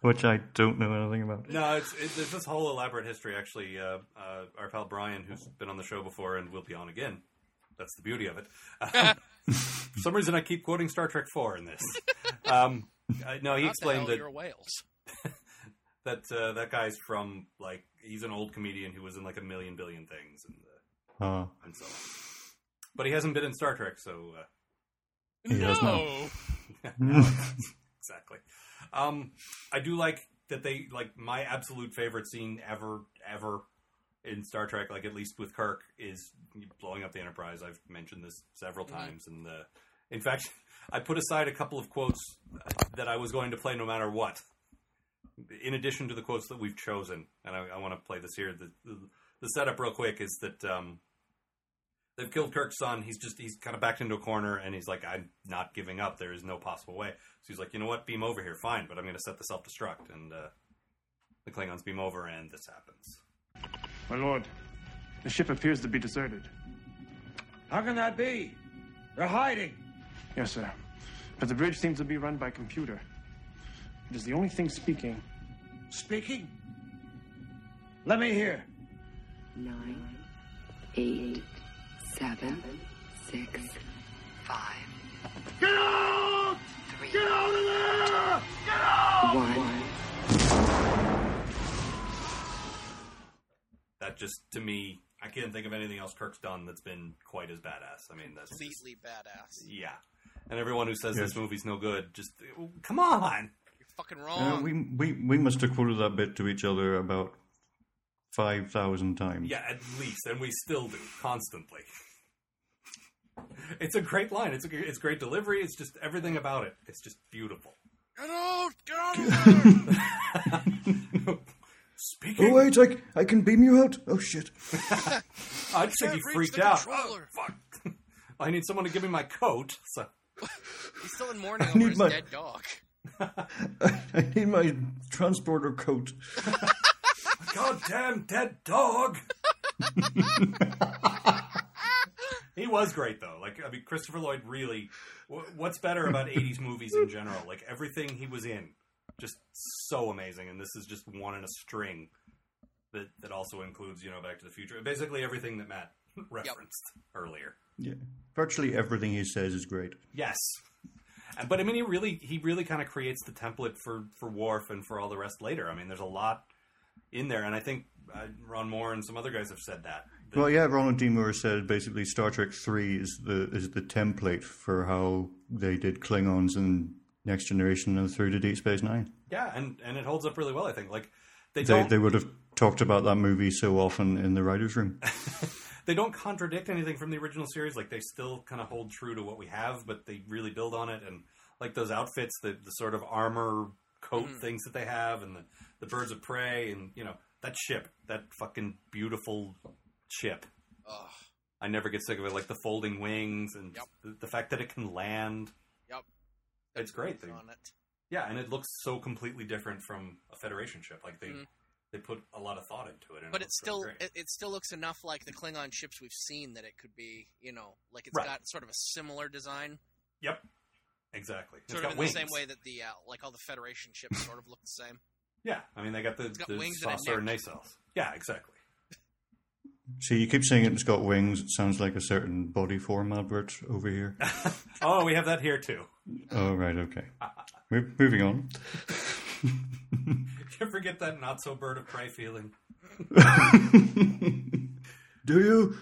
Speaker 4: which I don't know anything about.
Speaker 2: No, it's, it, there's this whole elaborate history, actually. Uh, uh, our pal Brian, who's been on the show before and will be on again. That's the beauty of it. for some reason, I keep quoting Star Trek 4 in this. Um, uh, no, he
Speaker 3: Not the hell,
Speaker 2: explained that
Speaker 3: you're whales.
Speaker 2: that uh, that guy's from like he's an old comedian who was in like a million billion things and uh,
Speaker 4: Uh,
Speaker 2: and so on. But he hasn't been in Star Trek, so uh,
Speaker 4: He
Speaker 3: no.
Speaker 4: does
Speaker 2: exactly. Um, I do like that they like my absolute favorite scene ever ever in Star Trek, like at least with Kirk, is blowing up the Enterprise. I've mentioned this several times, and uh, in fact, I put aside a couple of quotes uh, that I was going to play no matter what. In addition to the quotes that we've chosen, and I, I want to play this here. The, the, the setup, real quick, is that um, they've killed Kirk's son. He's just he's kind of backed into a corner, and he's like, "I'm not giving up. There is no possible way." So he's like, "You know what? Beam over here, fine, but I'm going to set the self destruct." And uh, the Klingons beam over, and this happens.
Speaker 5: My lord, the ship appears to be deserted.
Speaker 6: How can that be? They're hiding.
Speaker 5: Yes, sir. But the bridge seems to be run by computer. It is the only thing speaking.
Speaker 6: Speaking? Let me hear.
Speaker 7: nine, eight, seven, six, five. Get out! Get out of there! Get out! One.
Speaker 2: That just to me, I can't think of anything else Kirk's done that's been quite as badass. I mean, that's just-
Speaker 3: Completely badass.
Speaker 2: yeah. And everyone who says
Speaker 4: Yes.
Speaker 2: this movie's no good, just well, come on.
Speaker 3: You're fucking
Speaker 4: uh,
Speaker 3: wrong.
Speaker 4: we, we, we must have quoted that bit to each other about 5,000 times.
Speaker 2: Yeah, at least, and we still do constantly. It's a great line. It's a, gr- it's great delivery. It's just everything about it. It's just beautiful.
Speaker 3: Get out! Get out of there!
Speaker 2: Speaking,
Speaker 4: Oh, wait, I, I can beam you out. Oh, shit.
Speaker 2: I just think he
Speaker 3: can't reach
Speaker 2: freaked
Speaker 3: the
Speaker 2: out.
Speaker 3: controller.
Speaker 2: Oh, fuck. I need someone to give me my coat. So
Speaker 3: He's still in mourning
Speaker 4: need
Speaker 3: over his
Speaker 4: my-
Speaker 3: dead dog.
Speaker 4: I need my transporter coat.
Speaker 2: goddamn dead dog. he was great though. Like I mean, Christopher Lloyd really. wh- What's better about '80s movies in general? Like everything he was in, just so amazing. And this is just one in a string that that also includes you know Back to the Future. Basically everything that Matt referenced earlier.
Speaker 4: Yeah. Virtually everything he says is great.
Speaker 2: Yes. And- But I mean, he really he really kind of creates the template for for Worf and for all the rest later. I mean, there's a lot in there, and I think uh, Ron Moore and some other guys have said that. that
Speaker 4: Well, yeah, Ronald D. Moore said basically Star Trek Three is the is the template for how they did Klingons and Next Generation and through to Deep Space Nine.
Speaker 2: yeah, and and it holds up really well. I think like they
Speaker 4: They
Speaker 2: don't
Speaker 4: they
Speaker 2: they,
Speaker 4: would have talked about that movie so often in the writers' room.
Speaker 2: don't contradict anything from the original series. Like they still kind of hold true to what we have, but they really build on it. And like those
Speaker 3: Mm.
Speaker 2: outfits, the the sort of armor coat things that they have, and the the birds of prey, and you know That ship, that fucking beautiful ship.
Speaker 3: Ugh.
Speaker 2: I never get sick of it. Like the folding wings and
Speaker 3: Yep.
Speaker 2: the, the fact that it can land.
Speaker 3: Yep.
Speaker 2: It's great. They,
Speaker 3: on it.
Speaker 2: yeah, and it looks so completely different from a Federation ship. Like they
Speaker 3: Mhm.
Speaker 2: they put a lot of thought into it. And
Speaker 3: But
Speaker 2: it
Speaker 3: it
Speaker 2: looks really
Speaker 3: still
Speaker 2: great.
Speaker 3: it, it still looks enough like the Klingon ships we've seen that it could be you know like it's
Speaker 2: Right.
Speaker 3: got sort of a similar design,
Speaker 2: yep, exactly. It's
Speaker 3: sort
Speaker 2: got
Speaker 3: of in
Speaker 2: wings.
Speaker 3: the same way that the uh, like all the Federation ships sort of look the same.
Speaker 2: Yeah, I mean they got the,
Speaker 3: got
Speaker 2: the
Speaker 3: wings and a
Speaker 2: saucer
Speaker 3: neck.
Speaker 2: nacelles. Yeah, exactly.
Speaker 4: See, you keep saying it's got wings. It sounds like a certain body form advert over here.
Speaker 2: Oh, we have that here too.
Speaker 4: oh, right, okay. Mo- moving on.
Speaker 2: You forget that not so bird of prey feeling.
Speaker 4: Do you?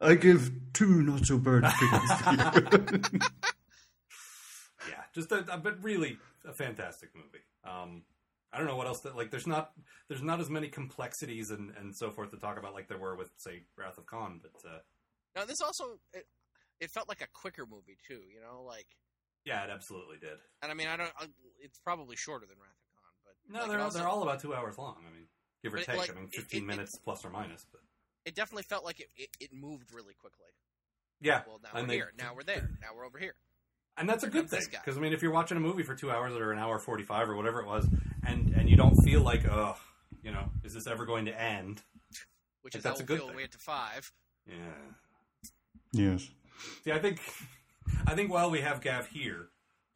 Speaker 4: I give two not so bird figures to you.
Speaker 2: Yeah, just a, a- but really a fantastic movie. Um, I don't know what else that like. There's not there's not as many complexities and and so forth to talk about like there were with say Wrath of Khan, but uh,
Speaker 3: Now this also it, it felt like a quicker movie too, you know, like
Speaker 2: yeah, it absolutely did.
Speaker 3: and I mean I don't I, it's probably shorter than Wrath of Khan, but
Speaker 2: No,
Speaker 3: like, it
Speaker 2: they're all
Speaker 3: also-
Speaker 2: they're all about two hours long. I mean, give or
Speaker 3: But it,
Speaker 2: take.
Speaker 3: like,
Speaker 2: I mean,
Speaker 3: it-
Speaker 2: fifteen
Speaker 3: it- it-
Speaker 2: minutes plus or minus. But
Speaker 3: it definitely felt like it, it, it moved really quickly.
Speaker 2: yeah,
Speaker 3: Well, now
Speaker 2: and
Speaker 3: we're
Speaker 2: they-
Speaker 3: here. Now we're there. Now we're over here.
Speaker 2: and that's a
Speaker 3: Here
Speaker 2: good
Speaker 3: comes
Speaker 2: thing
Speaker 3: this guy.
Speaker 2: because I mean, if you're watching a movie for two hours or an hour forty five or whatever it was, and and you don't feel like oh, you know, is this ever going to end?
Speaker 3: Which
Speaker 2: But
Speaker 3: is how
Speaker 2: that's a
Speaker 3: we
Speaker 2: good
Speaker 3: feel
Speaker 2: thing.
Speaker 3: when we get to five.
Speaker 2: Yeah.
Speaker 4: Yes.
Speaker 2: See, I think, I think while we have Gav here,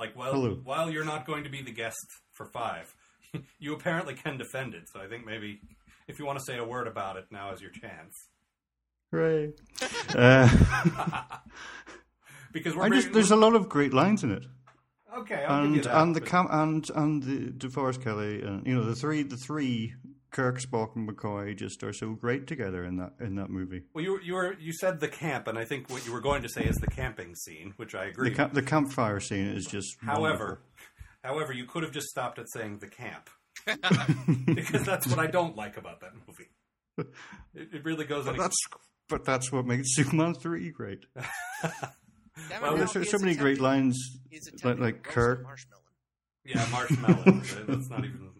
Speaker 2: like while
Speaker 4: Hello.
Speaker 2: while you're not going to be the guest for five, you apparently can defend it. So I think maybe if you want to say a word about it, now is your chance.
Speaker 4: Hooray. Uh,
Speaker 2: Because we're
Speaker 4: I just,
Speaker 2: bringing-
Speaker 4: there's a lot of great lines in it.
Speaker 2: okay, I'll give you
Speaker 4: and
Speaker 2: that,
Speaker 4: and the
Speaker 2: but-
Speaker 4: cam- and and the DeForest Kelly and you know the three the three Kirk Spock and McCoy just are so great together in that in that movie.
Speaker 2: well, you were- you were you said the camp, and I think what you were going to say is the camping scene, which I agree.
Speaker 4: The ca- the campfire scene is just
Speaker 2: with. However,
Speaker 4: wonderful.
Speaker 2: however, you could have just stopped at saying the camp. because that's what I don't like about that movie. It, it really goes. on.
Speaker 4: that's but that's what makes Superman three great.
Speaker 3: Damn it,
Speaker 2: Well,
Speaker 3: now
Speaker 4: There's so,
Speaker 3: he
Speaker 4: so
Speaker 3: is
Speaker 4: many great
Speaker 3: attempting-
Speaker 4: lines.
Speaker 3: he is
Speaker 4: like
Speaker 3: attempting
Speaker 4: like
Speaker 3: to roast
Speaker 4: Kirk
Speaker 3: Marshmallow.
Speaker 2: yeah, marshmallow. that's not even.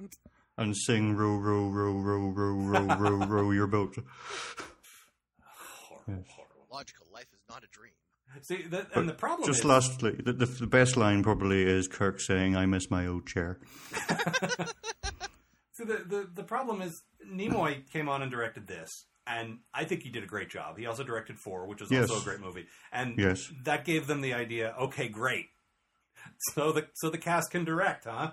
Speaker 2: ugh.
Speaker 4: and sing row row row row row row row row your boat.
Speaker 2: horrible, horrible.
Speaker 3: Logical life is not a dream.
Speaker 2: See, the, and the problem
Speaker 4: Just
Speaker 2: is,
Speaker 4: lastly, the, the the best line probably is Kirk saying, "I miss my old chair."
Speaker 2: see, the, the the problem is Nimoy came on and directed this, and I think he did a great job. He also directed Four, which is
Speaker 4: Yes.
Speaker 2: also a great movie, and
Speaker 4: Yes.
Speaker 2: that gave them the idea. Okay, great. So the so the cast can direct, huh?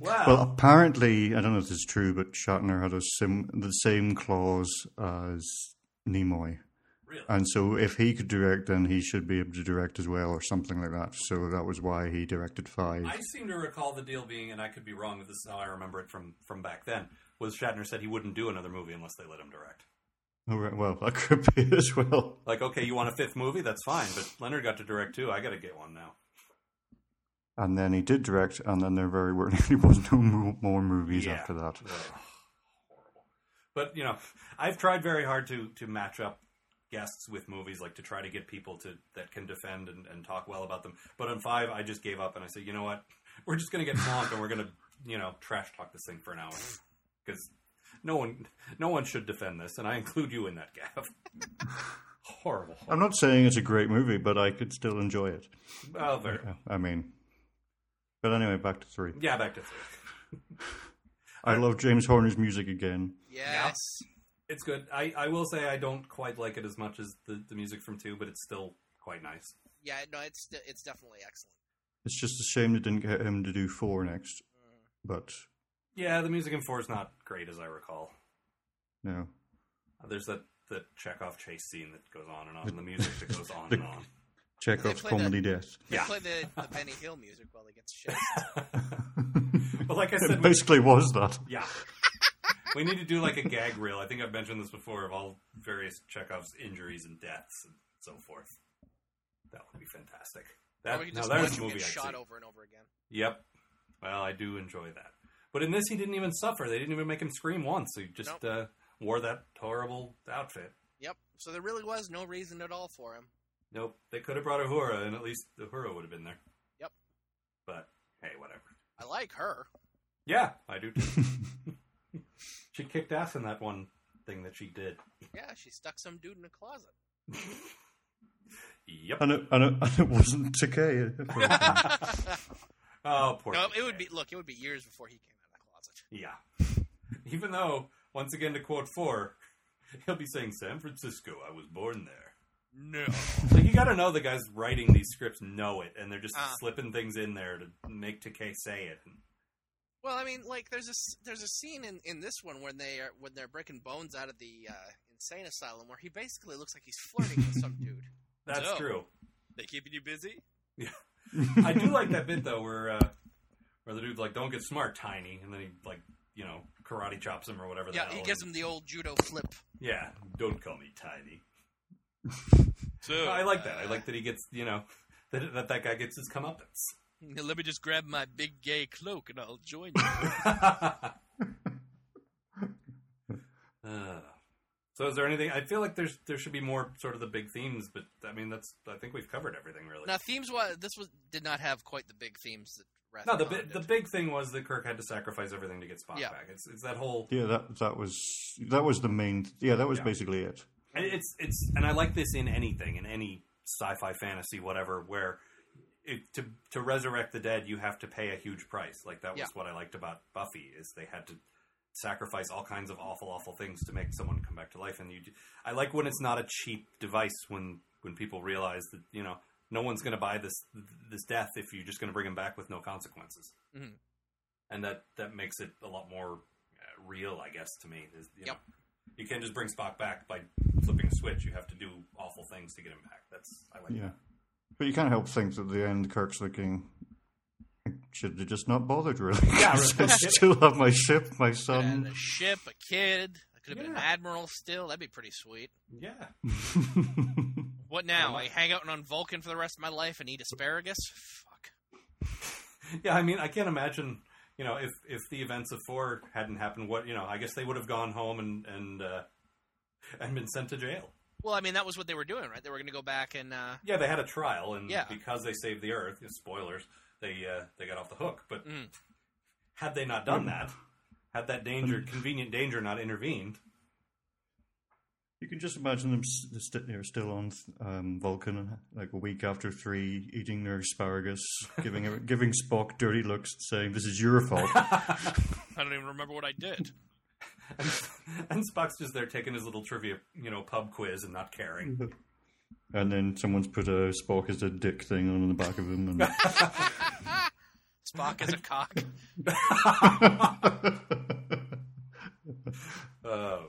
Speaker 2: Wow.
Speaker 4: Well, apparently, I don't know if this is true, but Shatner had a sim- the same clause as Nimoy.
Speaker 2: Really?
Speaker 4: And so, if he could direct, then he should be able to direct as well, or something like that. So that was why he directed Five.
Speaker 2: I seem to recall the deal being, and I could be wrong, but this is how I remember it from from back then. Was Shatner said he wouldn't do another movie unless they let him direct.
Speaker 4: All right, well, that could be as well.
Speaker 2: Like, okay, you want a fifth movie? That's fine, but Leonard got to direct too. I got to get one now.
Speaker 4: And then he did direct, and then there very were there was no mo- more movies
Speaker 2: Yeah.
Speaker 4: after that.
Speaker 2: Ugh, horrible. But you know, I've tried very hard to to match up guests with movies, like to try to get people to that can defend and, and talk well about them. But on five, I just gave up and I said, you know what, we're just going to get swamped and we're going to you know trash talk this thing for an hour because no one no one should defend this, and I include you in that, Gav. horrible.
Speaker 4: I'm not saying it's a great movie, but I could still enjoy it.
Speaker 2: Well, Oh, very-
Speaker 4: I mean, but anyway, back to three.
Speaker 2: yeah, back to three.
Speaker 4: I love James Horner's music again.
Speaker 3: Yes.
Speaker 2: It's good. I, I will say I don't quite like it as much as the, the music from two, but it's still quite nice.
Speaker 3: Yeah, no, it's de- it's definitely excellent.
Speaker 4: It's just a shame they didn't get him to do four next, but
Speaker 2: Yeah, the music in four is not great as I recall.
Speaker 4: no.
Speaker 2: Uh, There's that the Chekhov chase scene that goes on and on, and the music that goes on
Speaker 4: the-
Speaker 2: and on.
Speaker 4: Chekhov's
Speaker 3: They play
Speaker 4: comedy death.
Speaker 3: They
Speaker 2: Yeah.
Speaker 3: play the, the Benny Hill music while he gets shit.
Speaker 2: But like I
Speaker 4: It
Speaker 2: said, we,
Speaker 4: basically was that.
Speaker 2: yeah, we need to do like a gag reel. I think I've mentioned this before of all various Chekhov's injuries and deaths and so forth. That would be fantastic. That,
Speaker 3: or we can
Speaker 2: now
Speaker 3: just
Speaker 2: there's
Speaker 3: watch
Speaker 2: a
Speaker 3: him
Speaker 2: movie
Speaker 3: get
Speaker 2: I'd
Speaker 3: shot
Speaker 2: see.
Speaker 3: over and over again.
Speaker 2: Yep. Well, I do enjoy that. But in this, he didn't even suffer. They didn't even make him scream once. He just
Speaker 3: Nope.
Speaker 2: uh, wore that horrible outfit.
Speaker 3: Yep. So there really was no reason at all for him.
Speaker 2: Nope. They could have brought Uhura, and at least Uhura would have been there.
Speaker 3: Yep.
Speaker 2: But hey, whatever.
Speaker 3: I like her.
Speaker 2: Yeah, I do. Too. she kicked ass in that one thing that she did.
Speaker 3: Yeah, she stuck some dude in a closet.
Speaker 2: Yep.
Speaker 4: And it, and it, and it wasn't Takei.
Speaker 2: oh, poor.
Speaker 3: No, it
Speaker 2: Kid.
Speaker 3: would be look. It would be years before he came out of the closet.
Speaker 2: Yeah. Even though, once again, to quote four, he'll be saying San Francisco. I was born there.
Speaker 3: No.
Speaker 2: Like you got to know the guys writing these scripts know it, and they're just
Speaker 3: Ah.
Speaker 2: slipping things in there to make Takei say it.
Speaker 3: Well, I mean, like there's a s- there's a scene in, in this one when they are when they're breaking bones out of the uh, insane asylum where he basically looks like he's flirting with some dude.
Speaker 2: That's
Speaker 3: So.
Speaker 2: true.
Speaker 3: They keeping you busy?
Speaker 2: I do like that bit though, where uh, where the dude's like, "Don't get smart, Tiny," and then he like, you know, karate chops him or whatever.
Speaker 3: Yeah,
Speaker 2: the
Speaker 3: he
Speaker 2: hell,
Speaker 3: gives
Speaker 2: and-
Speaker 3: him the old judo flip.
Speaker 2: Yeah, don't call me Tiny.
Speaker 8: So
Speaker 2: I like that. I like that he gets, you know, that that, that guy gets his comeuppance.
Speaker 3: Now, let me just grab my big gay cloak and I'll join you.
Speaker 2: Uh, so, is there anything? I feel like there's there should be more sort of the big themes, but I mean, that's I think we've covered everything really.
Speaker 3: now, themes was this was did not have quite the big themes that. Wrath
Speaker 2: No,
Speaker 3: of
Speaker 2: the
Speaker 3: Khan
Speaker 2: bi-
Speaker 3: did.
Speaker 2: the big thing was that Kirk had to sacrifice everything to get Spock
Speaker 3: Yeah.
Speaker 2: back. It's it's that whole.
Speaker 4: yeah, that that was that was the main. Yeah, that was
Speaker 2: Yeah.
Speaker 4: basically it.
Speaker 2: and It's it's and I like this in anything in any sci-fi fantasy whatever where. It, to to resurrect the dead, you have to pay a huge price. Like that was
Speaker 3: Yeah.
Speaker 2: what I liked about Buffy is they had to sacrifice all kinds of awful, awful things to make someone come back to life. And you, I like when it's not a cheap device. When when people realize that you know no one's going to buy this this death if you're just going to bring them back with no consequences.
Speaker 3: Mhm.
Speaker 2: And that that makes it a lot more uh, real, I guess, to me. Is, you
Speaker 3: Yep.
Speaker 2: know, you can't just bring Spock back by flipping a switch. You have to do awful things to get him back. That's I like.
Speaker 4: Yeah, but you can't help think that at the end Kirk's looking. Should have just not bothered, really.
Speaker 2: Yeah, right.
Speaker 4: I still have my ship, my
Speaker 3: and
Speaker 4: son.
Speaker 3: a ship, a kid. I could have been an
Speaker 2: Yeah.
Speaker 3: admiral still. That'd be pretty sweet.
Speaker 2: Yeah.
Speaker 3: What now? I hang out on Vulcan for the rest of my life and eat asparagus? Fuck.
Speaker 2: Yeah, I mean, I can't imagine, you know, if if the events of four hadn't happened, what you know, I guess they would have gone home and and uh, and been sent to jail.
Speaker 3: Well, I mean, that was what they were doing, right? They were going to go back and uh,
Speaker 2: Yeah, they had a trial, and
Speaker 3: Yeah.
Speaker 2: because they saved the Earth, you know, spoilers, they uh, they got off the hook. But
Speaker 3: Mm.
Speaker 2: had they not done that, had that danger, convenient danger, not intervened,
Speaker 4: You can just imagine them s- they're st- they're still on um, Vulcan, like a week after three, eating their asparagus, giving giving Spock dirty looks, saying, "This is your fault."
Speaker 3: I don't even remember what I did.
Speaker 2: and, and Spock's just there taking his little trivia, you know, pub quiz and not caring.
Speaker 4: and then someone's put a Spock as a dick thing on the back of him, and
Speaker 3: Spock is a cock.
Speaker 2: Oh, Lord.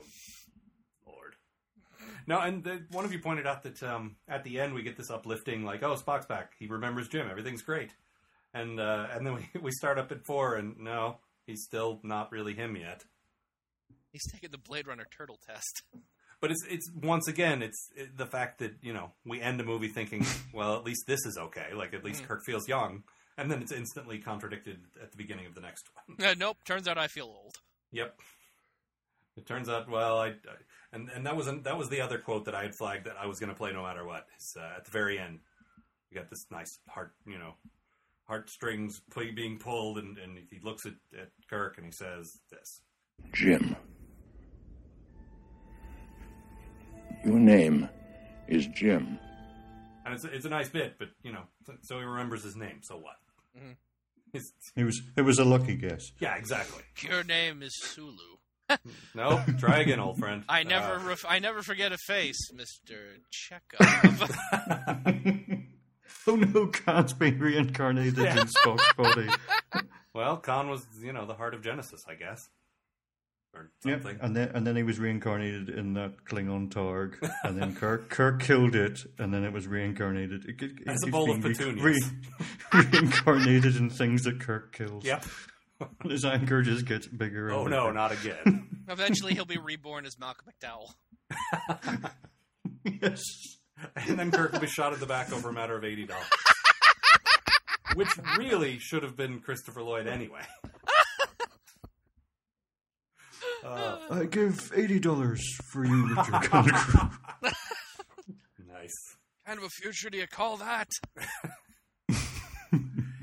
Speaker 2: No, and the, one of you pointed out that um, at the end we get this uplifting, like, oh, Spock's back. He remembers Jim. Everything's great. And uh, and then we, we start up at four, and no, he's still not really him yet.
Speaker 3: He's taking the Blade Runner turtle test.
Speaker 2: But it's it's once again it's it, the fact that you know we end a movie thinking well at least this is okay like at least Kirk feels young and then it's instantly contradicted at the beginning of the next one.
Speaker 3: Uh, nope, turns out I feel old.
Speaker 2: Yep. It turns out, well, I, I- and and that was an, that was the other quote that I had flagged that I was going to play no matter what. Is uh, at the very end, you got this nice heart, you know, heartstrings pu- being pulled, and, and he looks at, at Kirk and he says, "This."
Speaker 9: Jim. Your name is Jim.
Speaker 2: And it's it's a nice bit, but you know, so, so he remembers his name. So what?
Speaker 3: Mhm.
Speaker 2: It's,
Speaker 4: it was it was a lucky guess.
Speaker 2: yeah, exactly.
Speaker 3: Your name is Sulu.
Speaker 2: No, try again, old friend.
Speaker 3: I never,
Speaker 2: Uh,
Speaker 3: ref- I never forget a face, Mister Chekhov.
Speaker 4: oh no, Khan's been reincarnated in Spock's body.
Speaker 2: well, Khan was, you know, the heart of Genesis, I guess, or
Speaker 4: Yep.
Speaker 2: something.
Speaker 4: And then and then he was reincarnated in that Klingon Targ, and then Kirk Kirk killed it, and then it was reincarnated. It, it, it
Speaker 2: As a
Speaker 4: keeps
Speaker 2: bowl of
Speaker 4: being
Speaker 2: petunias.
Speaker 4: reincarnated in things that Kirk kills.
Speaker 2: Yep.
Speaker 4: And his anger just gets bigger. and
Speaker 2: Oh no,
Speaker 4: bigger.
Speaker 2: not again.
Speaker 3: Eventually, he'll be reborn as Malcolm McDowell.
Speaker 4: Yes.
Speaker 2: and then Kirk will be shot at the back over a matter of eighty dollars, which really should have been Christopher Lloyd anyway. Uh,
Speaker 4: I give eighty dollars for you with your kind crew.
Speaker 2: nice.
Speaker 3: Kind of a future do you call that?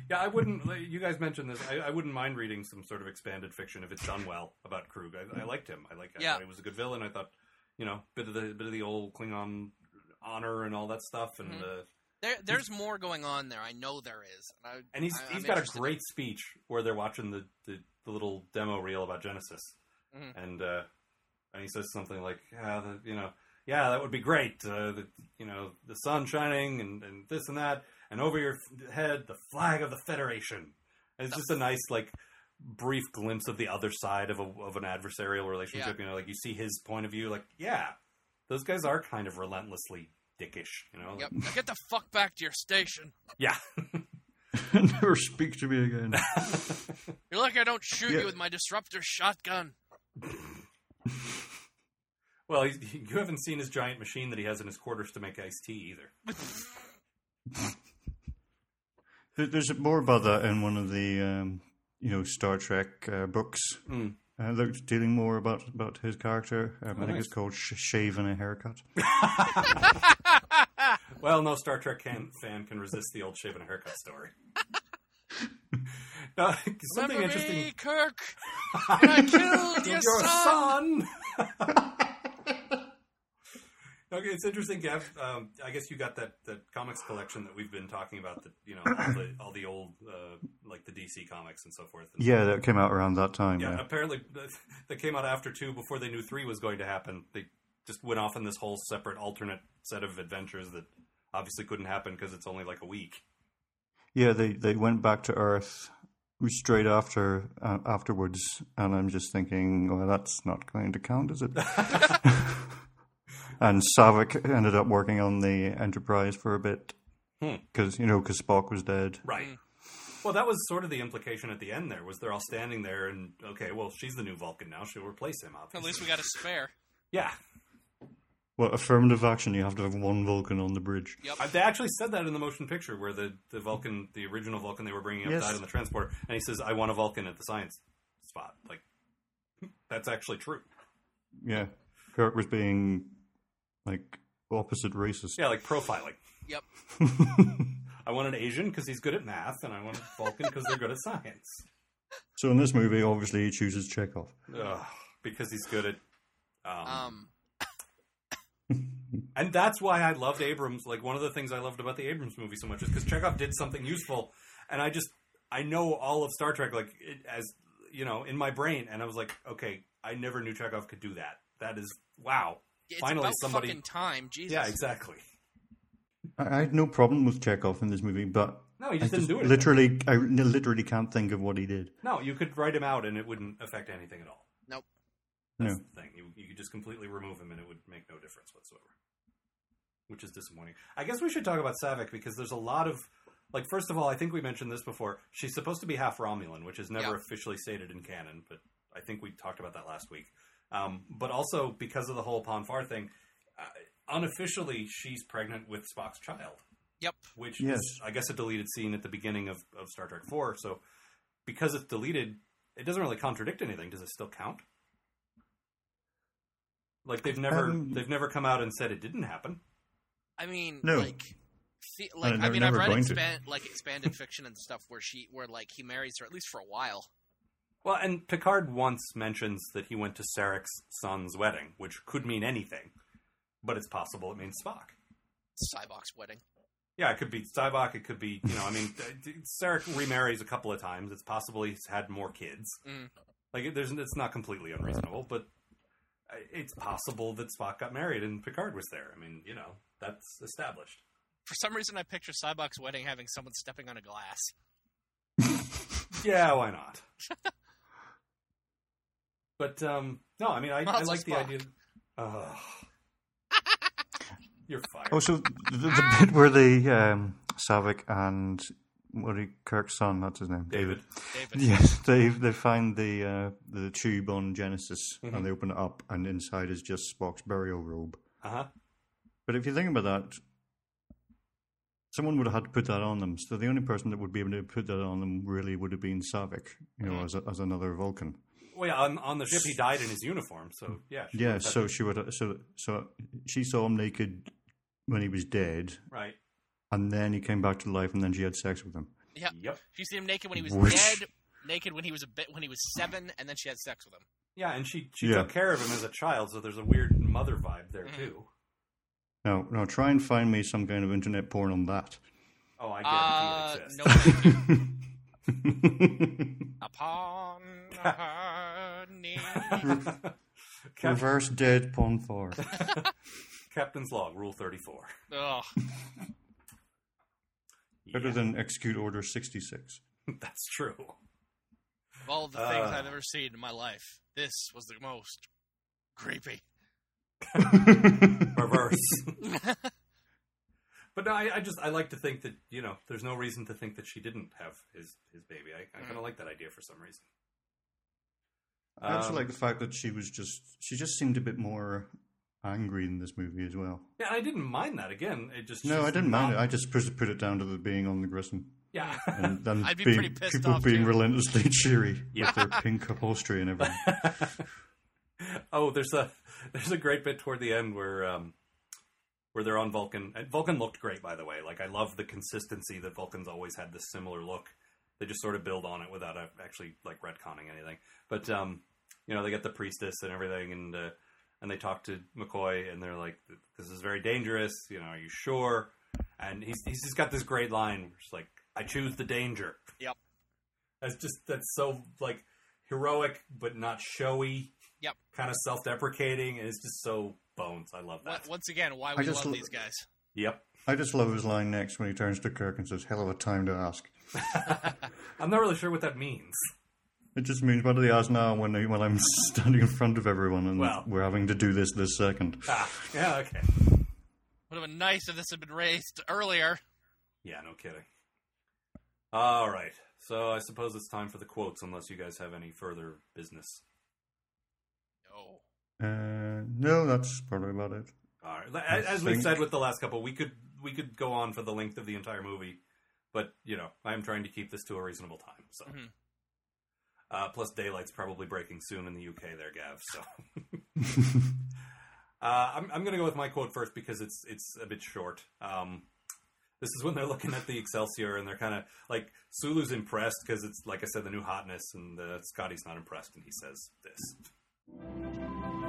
Speaker 2: Yeah, I wouldn't. You guys mentioned this. I, I wouldn't mind reading some sort of expanded fiction if it's done well about Krug. I, I liked him. I like. I
Speaker 3: Yeah.
Speaker 2: thought he was a good villain. I thought, you know, bit of the bit of the old Klingon honor and all that stuff, and
Speaker 3: Mhm.
Speaker 2: uh,
Speaker 3: There, there's more going on there. I know there is. And, I,
Speaker 2: and he's
Speaker 3: I-
Speaker 2: he's
Speaker 3: I'm
Speaker 2: got
Speaker 3: interested.
Speaker 2: a great speech where they're watching the the, the little demo reel about Genesis,
Speaker 3: Mhm.
Speaker 2: and uh, and he says something like, yeah, the, you know, yeah, that would be great. Uh, the, you know, the sun shining and, and this and that, and over your f- head the flag of the Federation. And it's just a nice like brief glimpse of the other side of a, of an adversarial relationship. You know, like you see his point of view. Like, yeah, those guys are kind of relentlessly dickish. You know,
Speaker 3: Yep. Now Get the fuck back to your station.
Speaker 2: yeah.
Speaker 4: Never speak to me again.
Speaker 3: You're lucky I don't shoot
Speaker 4: Yeah.
Speaker 3: you with my disruptor shotgun.
Speaker 2: Well, he's, you haven't seen his giant machine that he has in his quarters to make iced tea either.
Speaker 4: There- There's more about that in one of the um, you know Star Trek uh, books.
Speaker 2: Mm.
Speaker 4: Uh, they're dealing more about, about his character. Um, I think
Speaker 2: Oh, nice.
Speaker 4: it's called Sh- Shave and a Haircut.
Speaker 2: Well, no Star Trek can, fan can resist the old shave and a haircut story. No, something
Speaker 3: Remember
Speaker 2: interesting.
Speaker 3: me, Kirk. When I killed your, son.
Speaker 2: okay, it's interesting, Gav. Um, I guess you got that, that comics collection that we've been talking about. That you know, all the, all the old uh, like the DC comics and so forth. And
Speaker 4: Yeah, that came out around that time.
Speaker 2: Yeah,
Speaker 4: Yeah,
Speaker 2: apparently th- that came out after two, before they knew three was going to happen. They just went off on this whole separate alternate set of adventures that obviously couldn't happen because it's only like a week.
Speaker 4: yeah. They they went back to Earth straight after uh, afterwards, and I'm just thinking, well, that's not going to count, is it? and Savick ended up working on the Enterprise for a bit
Speaker 2: Hmm.
Speaker 4: because you know because Spock was dead.
Speaker 2: Right.
Speaker 3: Mm.
Speaker 2: Well, that was sort of the implication at the end. There was they're all standing there, and okay, well, she's the new Vulcan now. She'll replace him, obviously.
Speaker 3: At least we got a spare.
Speaker 2: yeah.
Speaker 4: Well, affirmative action. You have to have one Vulcan on the bridge.
Speaker 2: I- They actually said that in the motion picture where the, the Vulcan, the original Vulcan they were bringing up,
Speaker 4: Yes.
Speaker 2: died on the transporter, and he says, "I want a Vulcan at the science spot." Like, that's actually true.
Speaker 4: Yeah, Kirk was being like opposite racist.
Speaker 2: Yeah, like profiling.
Speaker 3: Yep.
Speaker 2: I want an Asian because he's good at math, and I want a Vulcan because they're good at science.
Speaker 4: So in this movie, obviously, he chooses Chekhov.
Speaker 2: Ugh, because he's good at. Um,
Speaker 3: Um,
Speaker 2: and that's why I loved Abrams. Like one of the things I loved about the Abrams movie so much is because Chekhov did something useful, and I just I know all of Star Trek like it, as you know in my brain, and I was like, okay, I never knew Chekhov could do that. That is wow.
Speaker 3: it's
Speaker 2: Finally,
Speaker 3: about
Speaker 2: somebody-
Speaker 3: fucking time. Jesus.
Speaker 2: Yeah, exactly.
Speaker 4: I, I had no problem with Chekhov in this movie, but
Speaker 2: No, he just
Speaker 4: I
Speaker 2: didn't do it.
Speaker 4: Literally, I literally can't think of what he did.
Speaker 2: No, you could write him out, and it wouldn't affect anything at all.
Speaker 3: Nope.
Speaker 2: That's
Speaker 4: No.
Speaker 2: the thing. You, you could just completely remove him and it would make no difference whatsoever. Which is disappointing. I guess we should talk about Savick because there's a lot of. Like, first of all, I think we mentioned this before. She's supposed to be half Romulan, which is never
Speaker 3: Yeah.
Speaker 2: officially stated in canon, but I think we talked about that last week. Um, but also, because of the whole Ponfar thing, uh, unofficially, she's pregnant with Spock's child
Speaker 3: Yep.
Speaker 2: which
Speaker 4: Yes.
Speaker 2: is, I guess, a deleted scene at the beginning of, of Star Trek Four. So, because it's deleted, it doesn't really contradict anything. Does it still count? Like they've never
Speaker 4: Um,
Speaker 2: they've never come out and said it didn't happen.
Speaker 3: I mean,
Speaker 4: No.
Speaker 3: like, fe- like I
Speaker 4: they're
Speaker 3: mean, I've
Speaker 4: never
Speaker 3: read
Speaker 4: going to.
Speaker 3: expan- like expanded fiction and stuff where she, where like he marries her at least for a while.
Speaker 2: Well, and Picard once mentions that he went to Sarek's son's wedding, which could mean anything, but it's possible it means Spock.
Speaker 3: Cybok's wedding.
Speaker 2: Yeah, it could be Styvok. It could be you know. I mean, Sarek remarries a couple of times. It's possible he's had more kids.
Speaker 3: Mm.
Speaker 2: Like, it- there's it's not completely unreasonable, but uh, it's possible that Spock got married and Picard was there. I mean, you know, that's established.
Speaker 3: For some reason, I picture Cybok's wedding having someone stepping on a glass.
Speaker 2: Yeah, why not? but um no, I mean, I, I
Speaker 3: Mazel
Speaker 2: like the
Speaker 3: Spock.
Speaker 2: idea. Ugh. You're fired.
Speaker 4: Oh, so the, the bit where the um, Savick and what do you- Kirk's son, that's his name,
Speaker 2: David.
Speaker 3: David.
Speaker 4: Yes, they they find the uh, the tube on Genesis
Speaker 2: Mm-hmm.
Speaker 4: and they open it up, and inside is just Spock's burial robe.
Speaker 2: Uh huh.
Speaker 4: But if you think about that, someone would have had to put that on them. So the only person that would be able to put that on them really would have been Savick, you
Speaker 2: Mm-hmm.
Speaker 4: know, as, a, as another Vulcan.
Speaker 2: Well, yeah, on, on the ship he died in his uniform, so yeah. she
Speaker 4: Yeah,
Speaker 2: was
Speaker 4: so she would. So so she saw him naked when he was dead,
Speaker 2: right.
Speaker 4: and then he came back to life, and then she had sex with him.
Speaker 3: Yeah.
Speaker 2: Yep.
Speaker 3: She's seen him naked when he was
Speaker 4: Whoosh.
Speaker 3: dead, naked when he was a bit when he was seven, and then she had sex with him.
Speaker 2: Yeah, and she she
Speaker 4: Yeah.
Speaker 2: took care of him as a child, so there's a weird mother vibe
Speaker 3: Mm.
Speaker 2: there too.
Speaker 4: Now, now try and find me some kind of internet porn on that.
Speaker 2: Oh, I
Speaker 3: Uh,
Speaker 2: guarantee it exists.
Speaker 3: no, thank you. upon her knee.
Speaker 2: Cap-
Speaker 4: Reverse dead porn for.
Speaker 2: Captain's log, rule thirty-four.
Speaker 3: Ugh.
Speaker 4: Better than execute order 66.
Speaker 2: That's true.
Speaker 3: Of all the things
Speaker 2: Uh.
Speaker 3: I've ever seen in my life, this was the most creepy.
Speaker 2: Reverse. but no, I, I just I like to think that you know there's no reason to think that she didn't have his his baby. I, I kind of like that idea for some reason.
Speaker 4: I also
Speaker 2: Um,
Speaker 4: like the fact that she was just she just seemed a bit more angry in this movie as well.
Speaker 2: Yeah, I didn't mind that. Again, it just
Speaker 4: No,
Speaker 2: she's
Speaker 4: I didn't mind it.
Speaker 2: not-
Speaker 4: I just put put it down to the being on the Grissom
Speaker 2: yeah,
Speaker 4: and then
Speaker 3: I'd be
Speaker 4: being,
Speaker 3: pretty pissed
Speaker 4: people
Speaker 3: off,
Speaker 4: being
Speaker 3: too.
Speaker 4: relentlessly cheery with their pink upholstery and everything.
Speaker 2: oh, there's a there's a great bit toward the end where um where they're on Vulcan. And Vulcan looked great, by the way. Like I love the consistency that Vulcans always had this similar look. They just sort of build on it without uh, actually like retconning anything. But um, you know, they get the priestess and everything, and uh, and they talk to McCoy, and they're like, "This is very dangerous." You know, are you sure? And he's he's just got this great line, which is like, "I choose the danger."
Speaker 3: Yep.
Speaker 2: That's just that's so like heroic but not showy kind of self-deprecating and it's just so bones i love that
Speaker 3: What, once again, why
Speaker 4: I
Speaker 3: we
Speaker 4: just
Speaker 3: love
Speaker 4: l-
Speaker 3: these guys.
Speaker 2: yep
Speaker 4: I just love his line next when he turns to Kirk and says, "Hell of a time to ask."
Speaker 2: i'm not really sure what that means
Speaker 4: It just means what do they ask now when they, when I'm standing in front of everyone and
Speaker 2: Well.
Speaker 4: we're having to do this this second.
Speaker 2: ah, yeah okay
Speaker 3: Would have been nice if this had been raised earlier.
Speaker 2: yeah no kidding all right so i suppose it's time for the quotes unless you guys have any further business
Speaker 3: No.
Speaker 4: Uh, no, that's probably about it.
Speaker 2: all right li- as, as we
Speaker 4: think-
Speaker 2: said with the last couple we could we could go on for the length of the entire movie but you know i'm trying to keep this to a reasonable time so
Speaker 3: Mhm.
Speaker 2: uh, plus daylight's probably breaking soon in the uk there gav so Uh, I'm, I'm going to go with my quote first because it's it's a bit short. Um, this is when they're looking at the Excelsior and they're kind of like Sulu's impressed because it's like I said the new hotness and uh, Scotty's not impressed and he says this.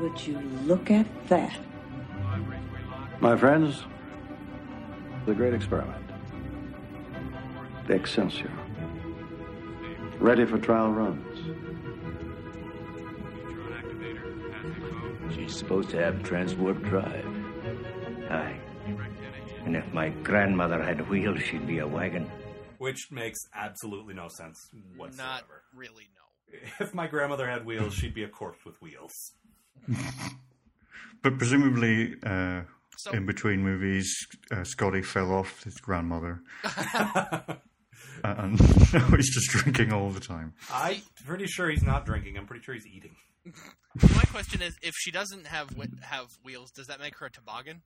Speaker 10: Would you look at that?
Speaker 9: My friends, the great experiment. The Excelsior. Ready for trial runs.
Speaker 11: She's supposed to have transwarp drive. Aye. And if my grandmother had wheels, she'd be a wagon.
Speaker 2: Which makes absolutely no sense
Speaker 3: Not
Speaker 2: whatsoever.
Speaker 3: really, no.
Speaker 2: If my grandmother had wheels, she'd be a corpse with wheels.
Speaker 4: But presumably, uh,
Speaker 3: So-
Speaker 4: in between movies, uh, Scotty fell off his grandmother, Uh, and now he's just drinking all the time.
Speaker 2: I'm pretty sure he's not drinking. I'm pretty sure he's eating.
Speaker 3: My question is, if she doesn't have whe- have wheels, does that make her a toboggan?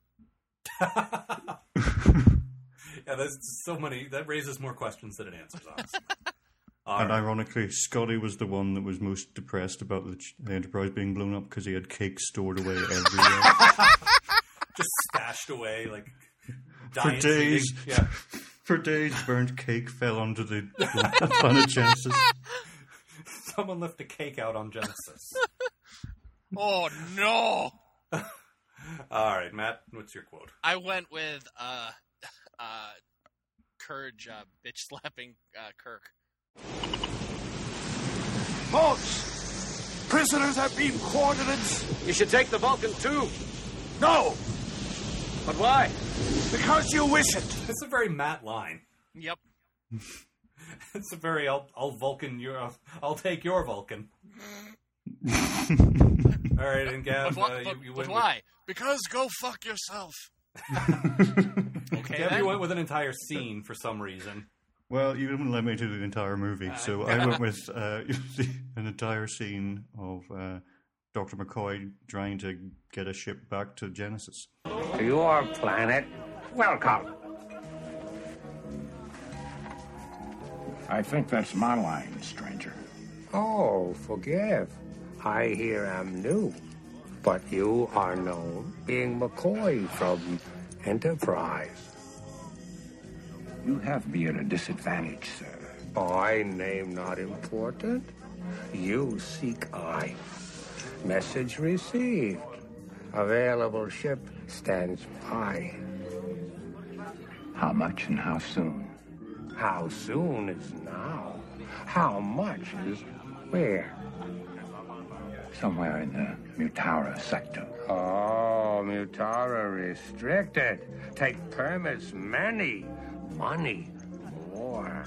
Speaker 2: Yeah, there's so many. That raises more questions than it answers. Honestly. All
Speaker 4: and
Speaker 2: right.
Speaker 4: ironically, Scotty was the one that was most depressed about the, ch- the Enterprise being blown up because he had cake stored away everywhere
Speaker 2: just stashed away like
Speaker 4: for
Speaker 2: diet
Speaker 4: days.
Speaker 2: eating. Yeah.
Speaker 4: for days, burnt cake fell onto the planet Genesis.
Speaker 2: Someone left a cake out on Genesis.
Speaker 3: Oh no!
Speaker 2: All right, Matt, what's your quote?
Speaker 3: I went with uh, uh, Courage, uh, bitch slapping uh, Kirk.
Speaker 6: Morts! Prisoners have been coordinates! You should take the Vulcan too! No! But why? Because you wish it!
Speaker 2: That's a very Matt line.
Speaker 3: Yep.
Speaker 2: It's a very I'll, I'll Vulcan your I'll take your Vulcan. All right, and Gav,
Speaker 3: But, why-
Speaker 2: uh, you,
Speaker 3: but-
Speaker 2: you
Speaker 3: but
Speaker 2: went
Speaker 3: why? Because go fuck yourself. okay.
Speaker 2: With, Gav,
Speaker 3: then.
Speaker 2: you went with an entire scene for some reason.
Speaker 4: Well, you didn't let me do the entire movie, so I went with uh, an entire scene of uh, Dr. McCoy trying to get a ship back to Genesis.
Speaker 11: To your planet, welcome.
Speaker 9: I think that's my line, stranger.
Speaker 11: Oh, forgive. I here am new. But you are known being McCoy from Enterprise.
Speaker 9: You have me at a disadvantage, sir.
Speaker 6: I name not important. You seek I. Message received. Available ship stands by.
Speaker 9: How much and how soon?
Speaker 6: How soon is now? How much is where?
Speaker 9: Somewhere in the Mutara sector.
Speaker 6: Oh, Mutara restricted. Take permits, many. Money, more.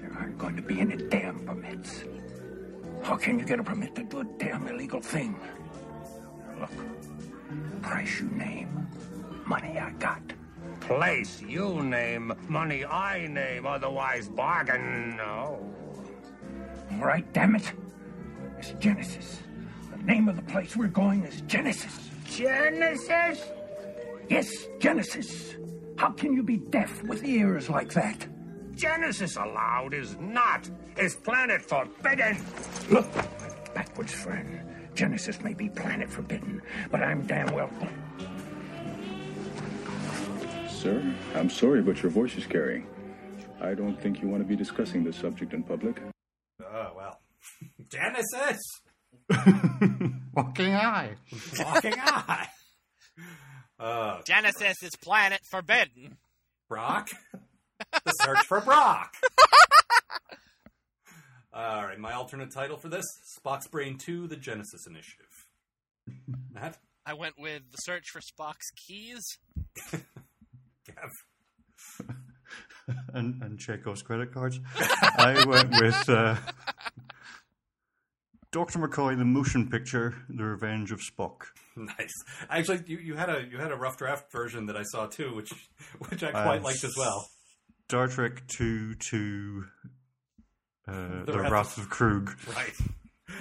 Speaker 9: There aren't going to be any damn permits. How can you get a permit to do a damn illegal thing? Look, price you name, money I got.
Speaker 6: Place you name, money I name, otherwise bargain. No.
Speaker 9: All right, damn it. It's Genesis. The name of the place we're going is Genesis.
Speaker 6: Genesis?
Speaker 9: Yes, Genesis. How can you be deaf with ears like that?
Speaker 6: Genesis allowed is not. Is planet forbidden.
Speaker 9: Look, backwards, friend. Genesis may be planet forbidden, but I'm damn well.
Speaker 12: Sir, I'm sorry, but your voice is carrying. I don't think you want to be discussing this subject in public.
Speaker 2: Oh, well. Genesis!
Speaker 4: Walking eye.
Speaker 2: Walking eye. Uh,
Speaker 3: Genesis is planet forbidden.
Speaker 2: Brock? the search for Brock. All right, my alternate title for this Spock's Brain 2 The Genesis Initiative. Matt?
Speaker 3: I went with The Search for Spock's Keys.
Speaker 2: Gav.
Speaker 4: and, and Chekhov's credit cards. I went with uh, Dr. McCoy, The Motion Picture, The Revenge of Spock.
Speaker 2: Nice. Actually, you, you had a you had a rough draft version that I saw too, which which I quite uh, liked as well.
Speaker 4: Star Trek Two to uh, the, the Wrath of Krug.
Speaker 2: Right.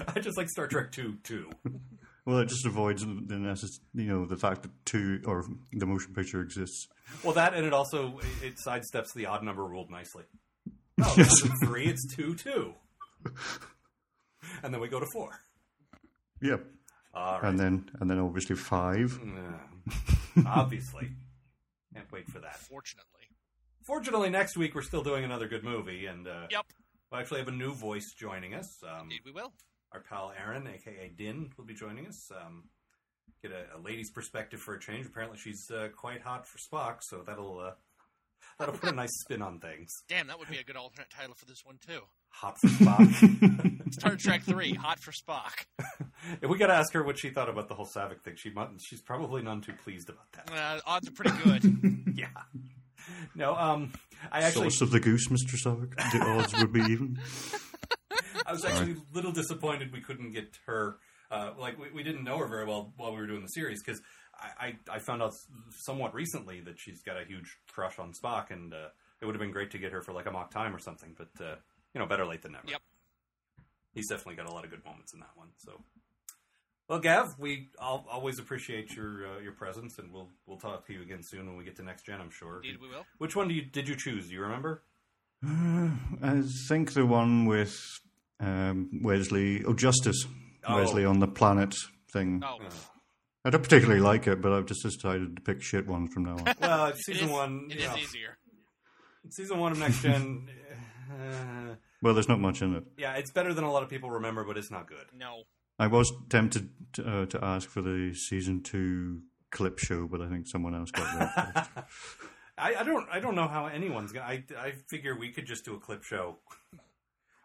Speaker 2: I just like Star Trek Two too.
Speaker 4: well, it just avoids the necess- you know the fact that two or the motion picture exists.
Speaker 2: Well, that and it also it sidesteps the odd number rule nicely. No, yes. three. It's two two, and then we go to four.
Speaker 4: Yep.
Speaker 2: Right.
Speaker 4: And then and then obviously five.
Speaker 2: Yeah. obviously, can't wait for that.
Speaker 3: Fortunately.
Speaker 2: Fortunately, next week we're still doing another good movie, and uh,
Speaker 3: yep,
Speaker 2: we'll actually have a new voice joining us.
Speaker 3: Um, Indeed, we will.
Speaker 2: Our pal Aaron, aka Din, will be joining us. Um, get a, a, lady's perspective for a change. Apparently, she's uh, quite hot for Spock, so that'll uh, that'll put a nice spin on things.
Speaker 3: Damn, that would be a good alternate title for this one too.
Speaker 2: Hot for Spock.
Speaker 3: Star Trek Three, Hot for Spock.
Speaker 2: if we got to ask her what she thought about the whole Savick thing. She might, she's probably none too pleased about that.
Speaker 3: Uh, odds are pretty good.
Speaker 2: yeah no, um, I actually
Speaker 4: source of the goose, Mister Savick. The odds would be even.
Speaker 2: I was actually a little disappointed we couldn't get her. Uh, like we, we, didn't know her very well while we were doing the series because I, I, I, found out somewhat recently that she's got a huge crush on Spock, and uh, it would have been great to get her for like a mock time or something. But uh, you know, better late than never.
Speaker 3: Yep.
Speaker 2: He's definitely got a lot of good moments in that one. So. Well, Gav, we all, always appreciate your uh, your presence, and we'll we'll talk to you again soon when we get to next gen. I'm sure.
Speaker 3: Indeed, we will.
Speaker 2: Which one do you did you choose? Do you remember?
Speaker 4: Uh, I think the one with um, Wesley. Oh, Justice oh. Wesley on the planet thing.
Speaker 3: Oh. Uh,
Speaker 4: I don't particularly like it, but I've just decided to pick shit ones from now on.
Speaker 2: well, season one.
Speaker 3: It is, one, it is easier.
Speaker 2: Season one of next gen.
Speaker 4: well, there's not much in it.
Speaker 2: Yeah, it's better than a lot of people remember, but it's not good.
Speaker 3: No.
Speaker 4: I was tempted to, uh, to, ask for the season two clip show, but I think someone else got that.
Speaker 2: I, I, don't. I don't know how anyone's. Gonna, I I figure we could just do a clip show.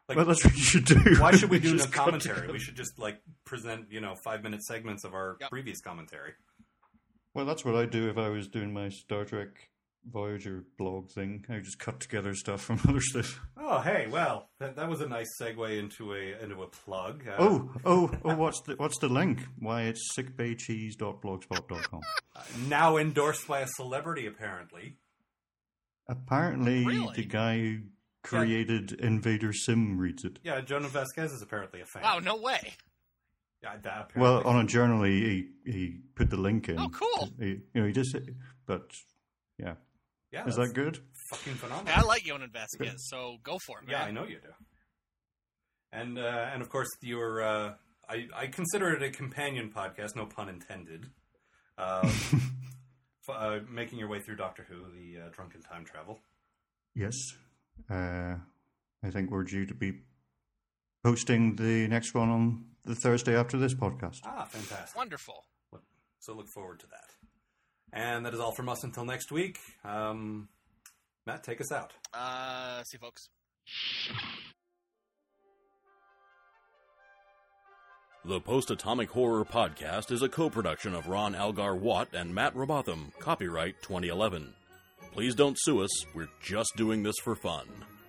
Speaker 4: Like, well, that's what you should do.
Speaker 2: Why should we, we do no commentary? We should just like present, you know, five minute segments of our yep. previous commentary.
Speaker 4: Well, that's what I do if I was doing my Star Trek Voyager blog thing. I just cut together stuff from other stuff.
Speaker 2: Oh, hey, well, that, that was a nice segue into a into a plug.
Speaker 4: Uh, oh, oh, oh, what's the what's the link? Why it's sickbaycheese.blogspot.com.
Speaker 2: Uh, now endorsed by a celebrity, apparently.
Speaker 4: Apparently, really? the guy who created yeah. Invader Sim reads it.
Speaker 2: Yeah, Jonah Vasquez is apparently a fan.
Speaker 3: Wow, no way.
Speaker 2: Yeah, that apparently.
Speaker 4: Well, on a journal, he, he put the link in.
Speaker 3: Oh, cool.
Speaker 4: He, you know, he just, but yeah.
Speaker 2: Yeah,
Speaker 4: is that good?
Speaker 2: Fucking phenomenal.
Speaker 3: Yeah, I like Yonan Vasquez, so go for it. Man.
Speaker 2: Yeah, I know you do. And uh, and of course, your uh, I I consider it a companion podcast, no pun intended. Um, f- uh, making your way through Doctor Who, the drunken time uh, travel.
Speaker 4: Yes. Uh, I think we're due to be posting the next one on the Thursday after this podcast.
Speaker 2: Ah, fantastic.
Speaker 3: Wonderful.
Speaker 2: So look forward to that. And that is all from us until next week. Um, Matt, take us out.
Speaker 3: Uh, see, folks.
Speaker 1: The Post Atomic Horror Podcast is a co production of Ron Algar Watt and Matt Robotham, copyright 2011. Please don't sue us, we're just doing this for fun.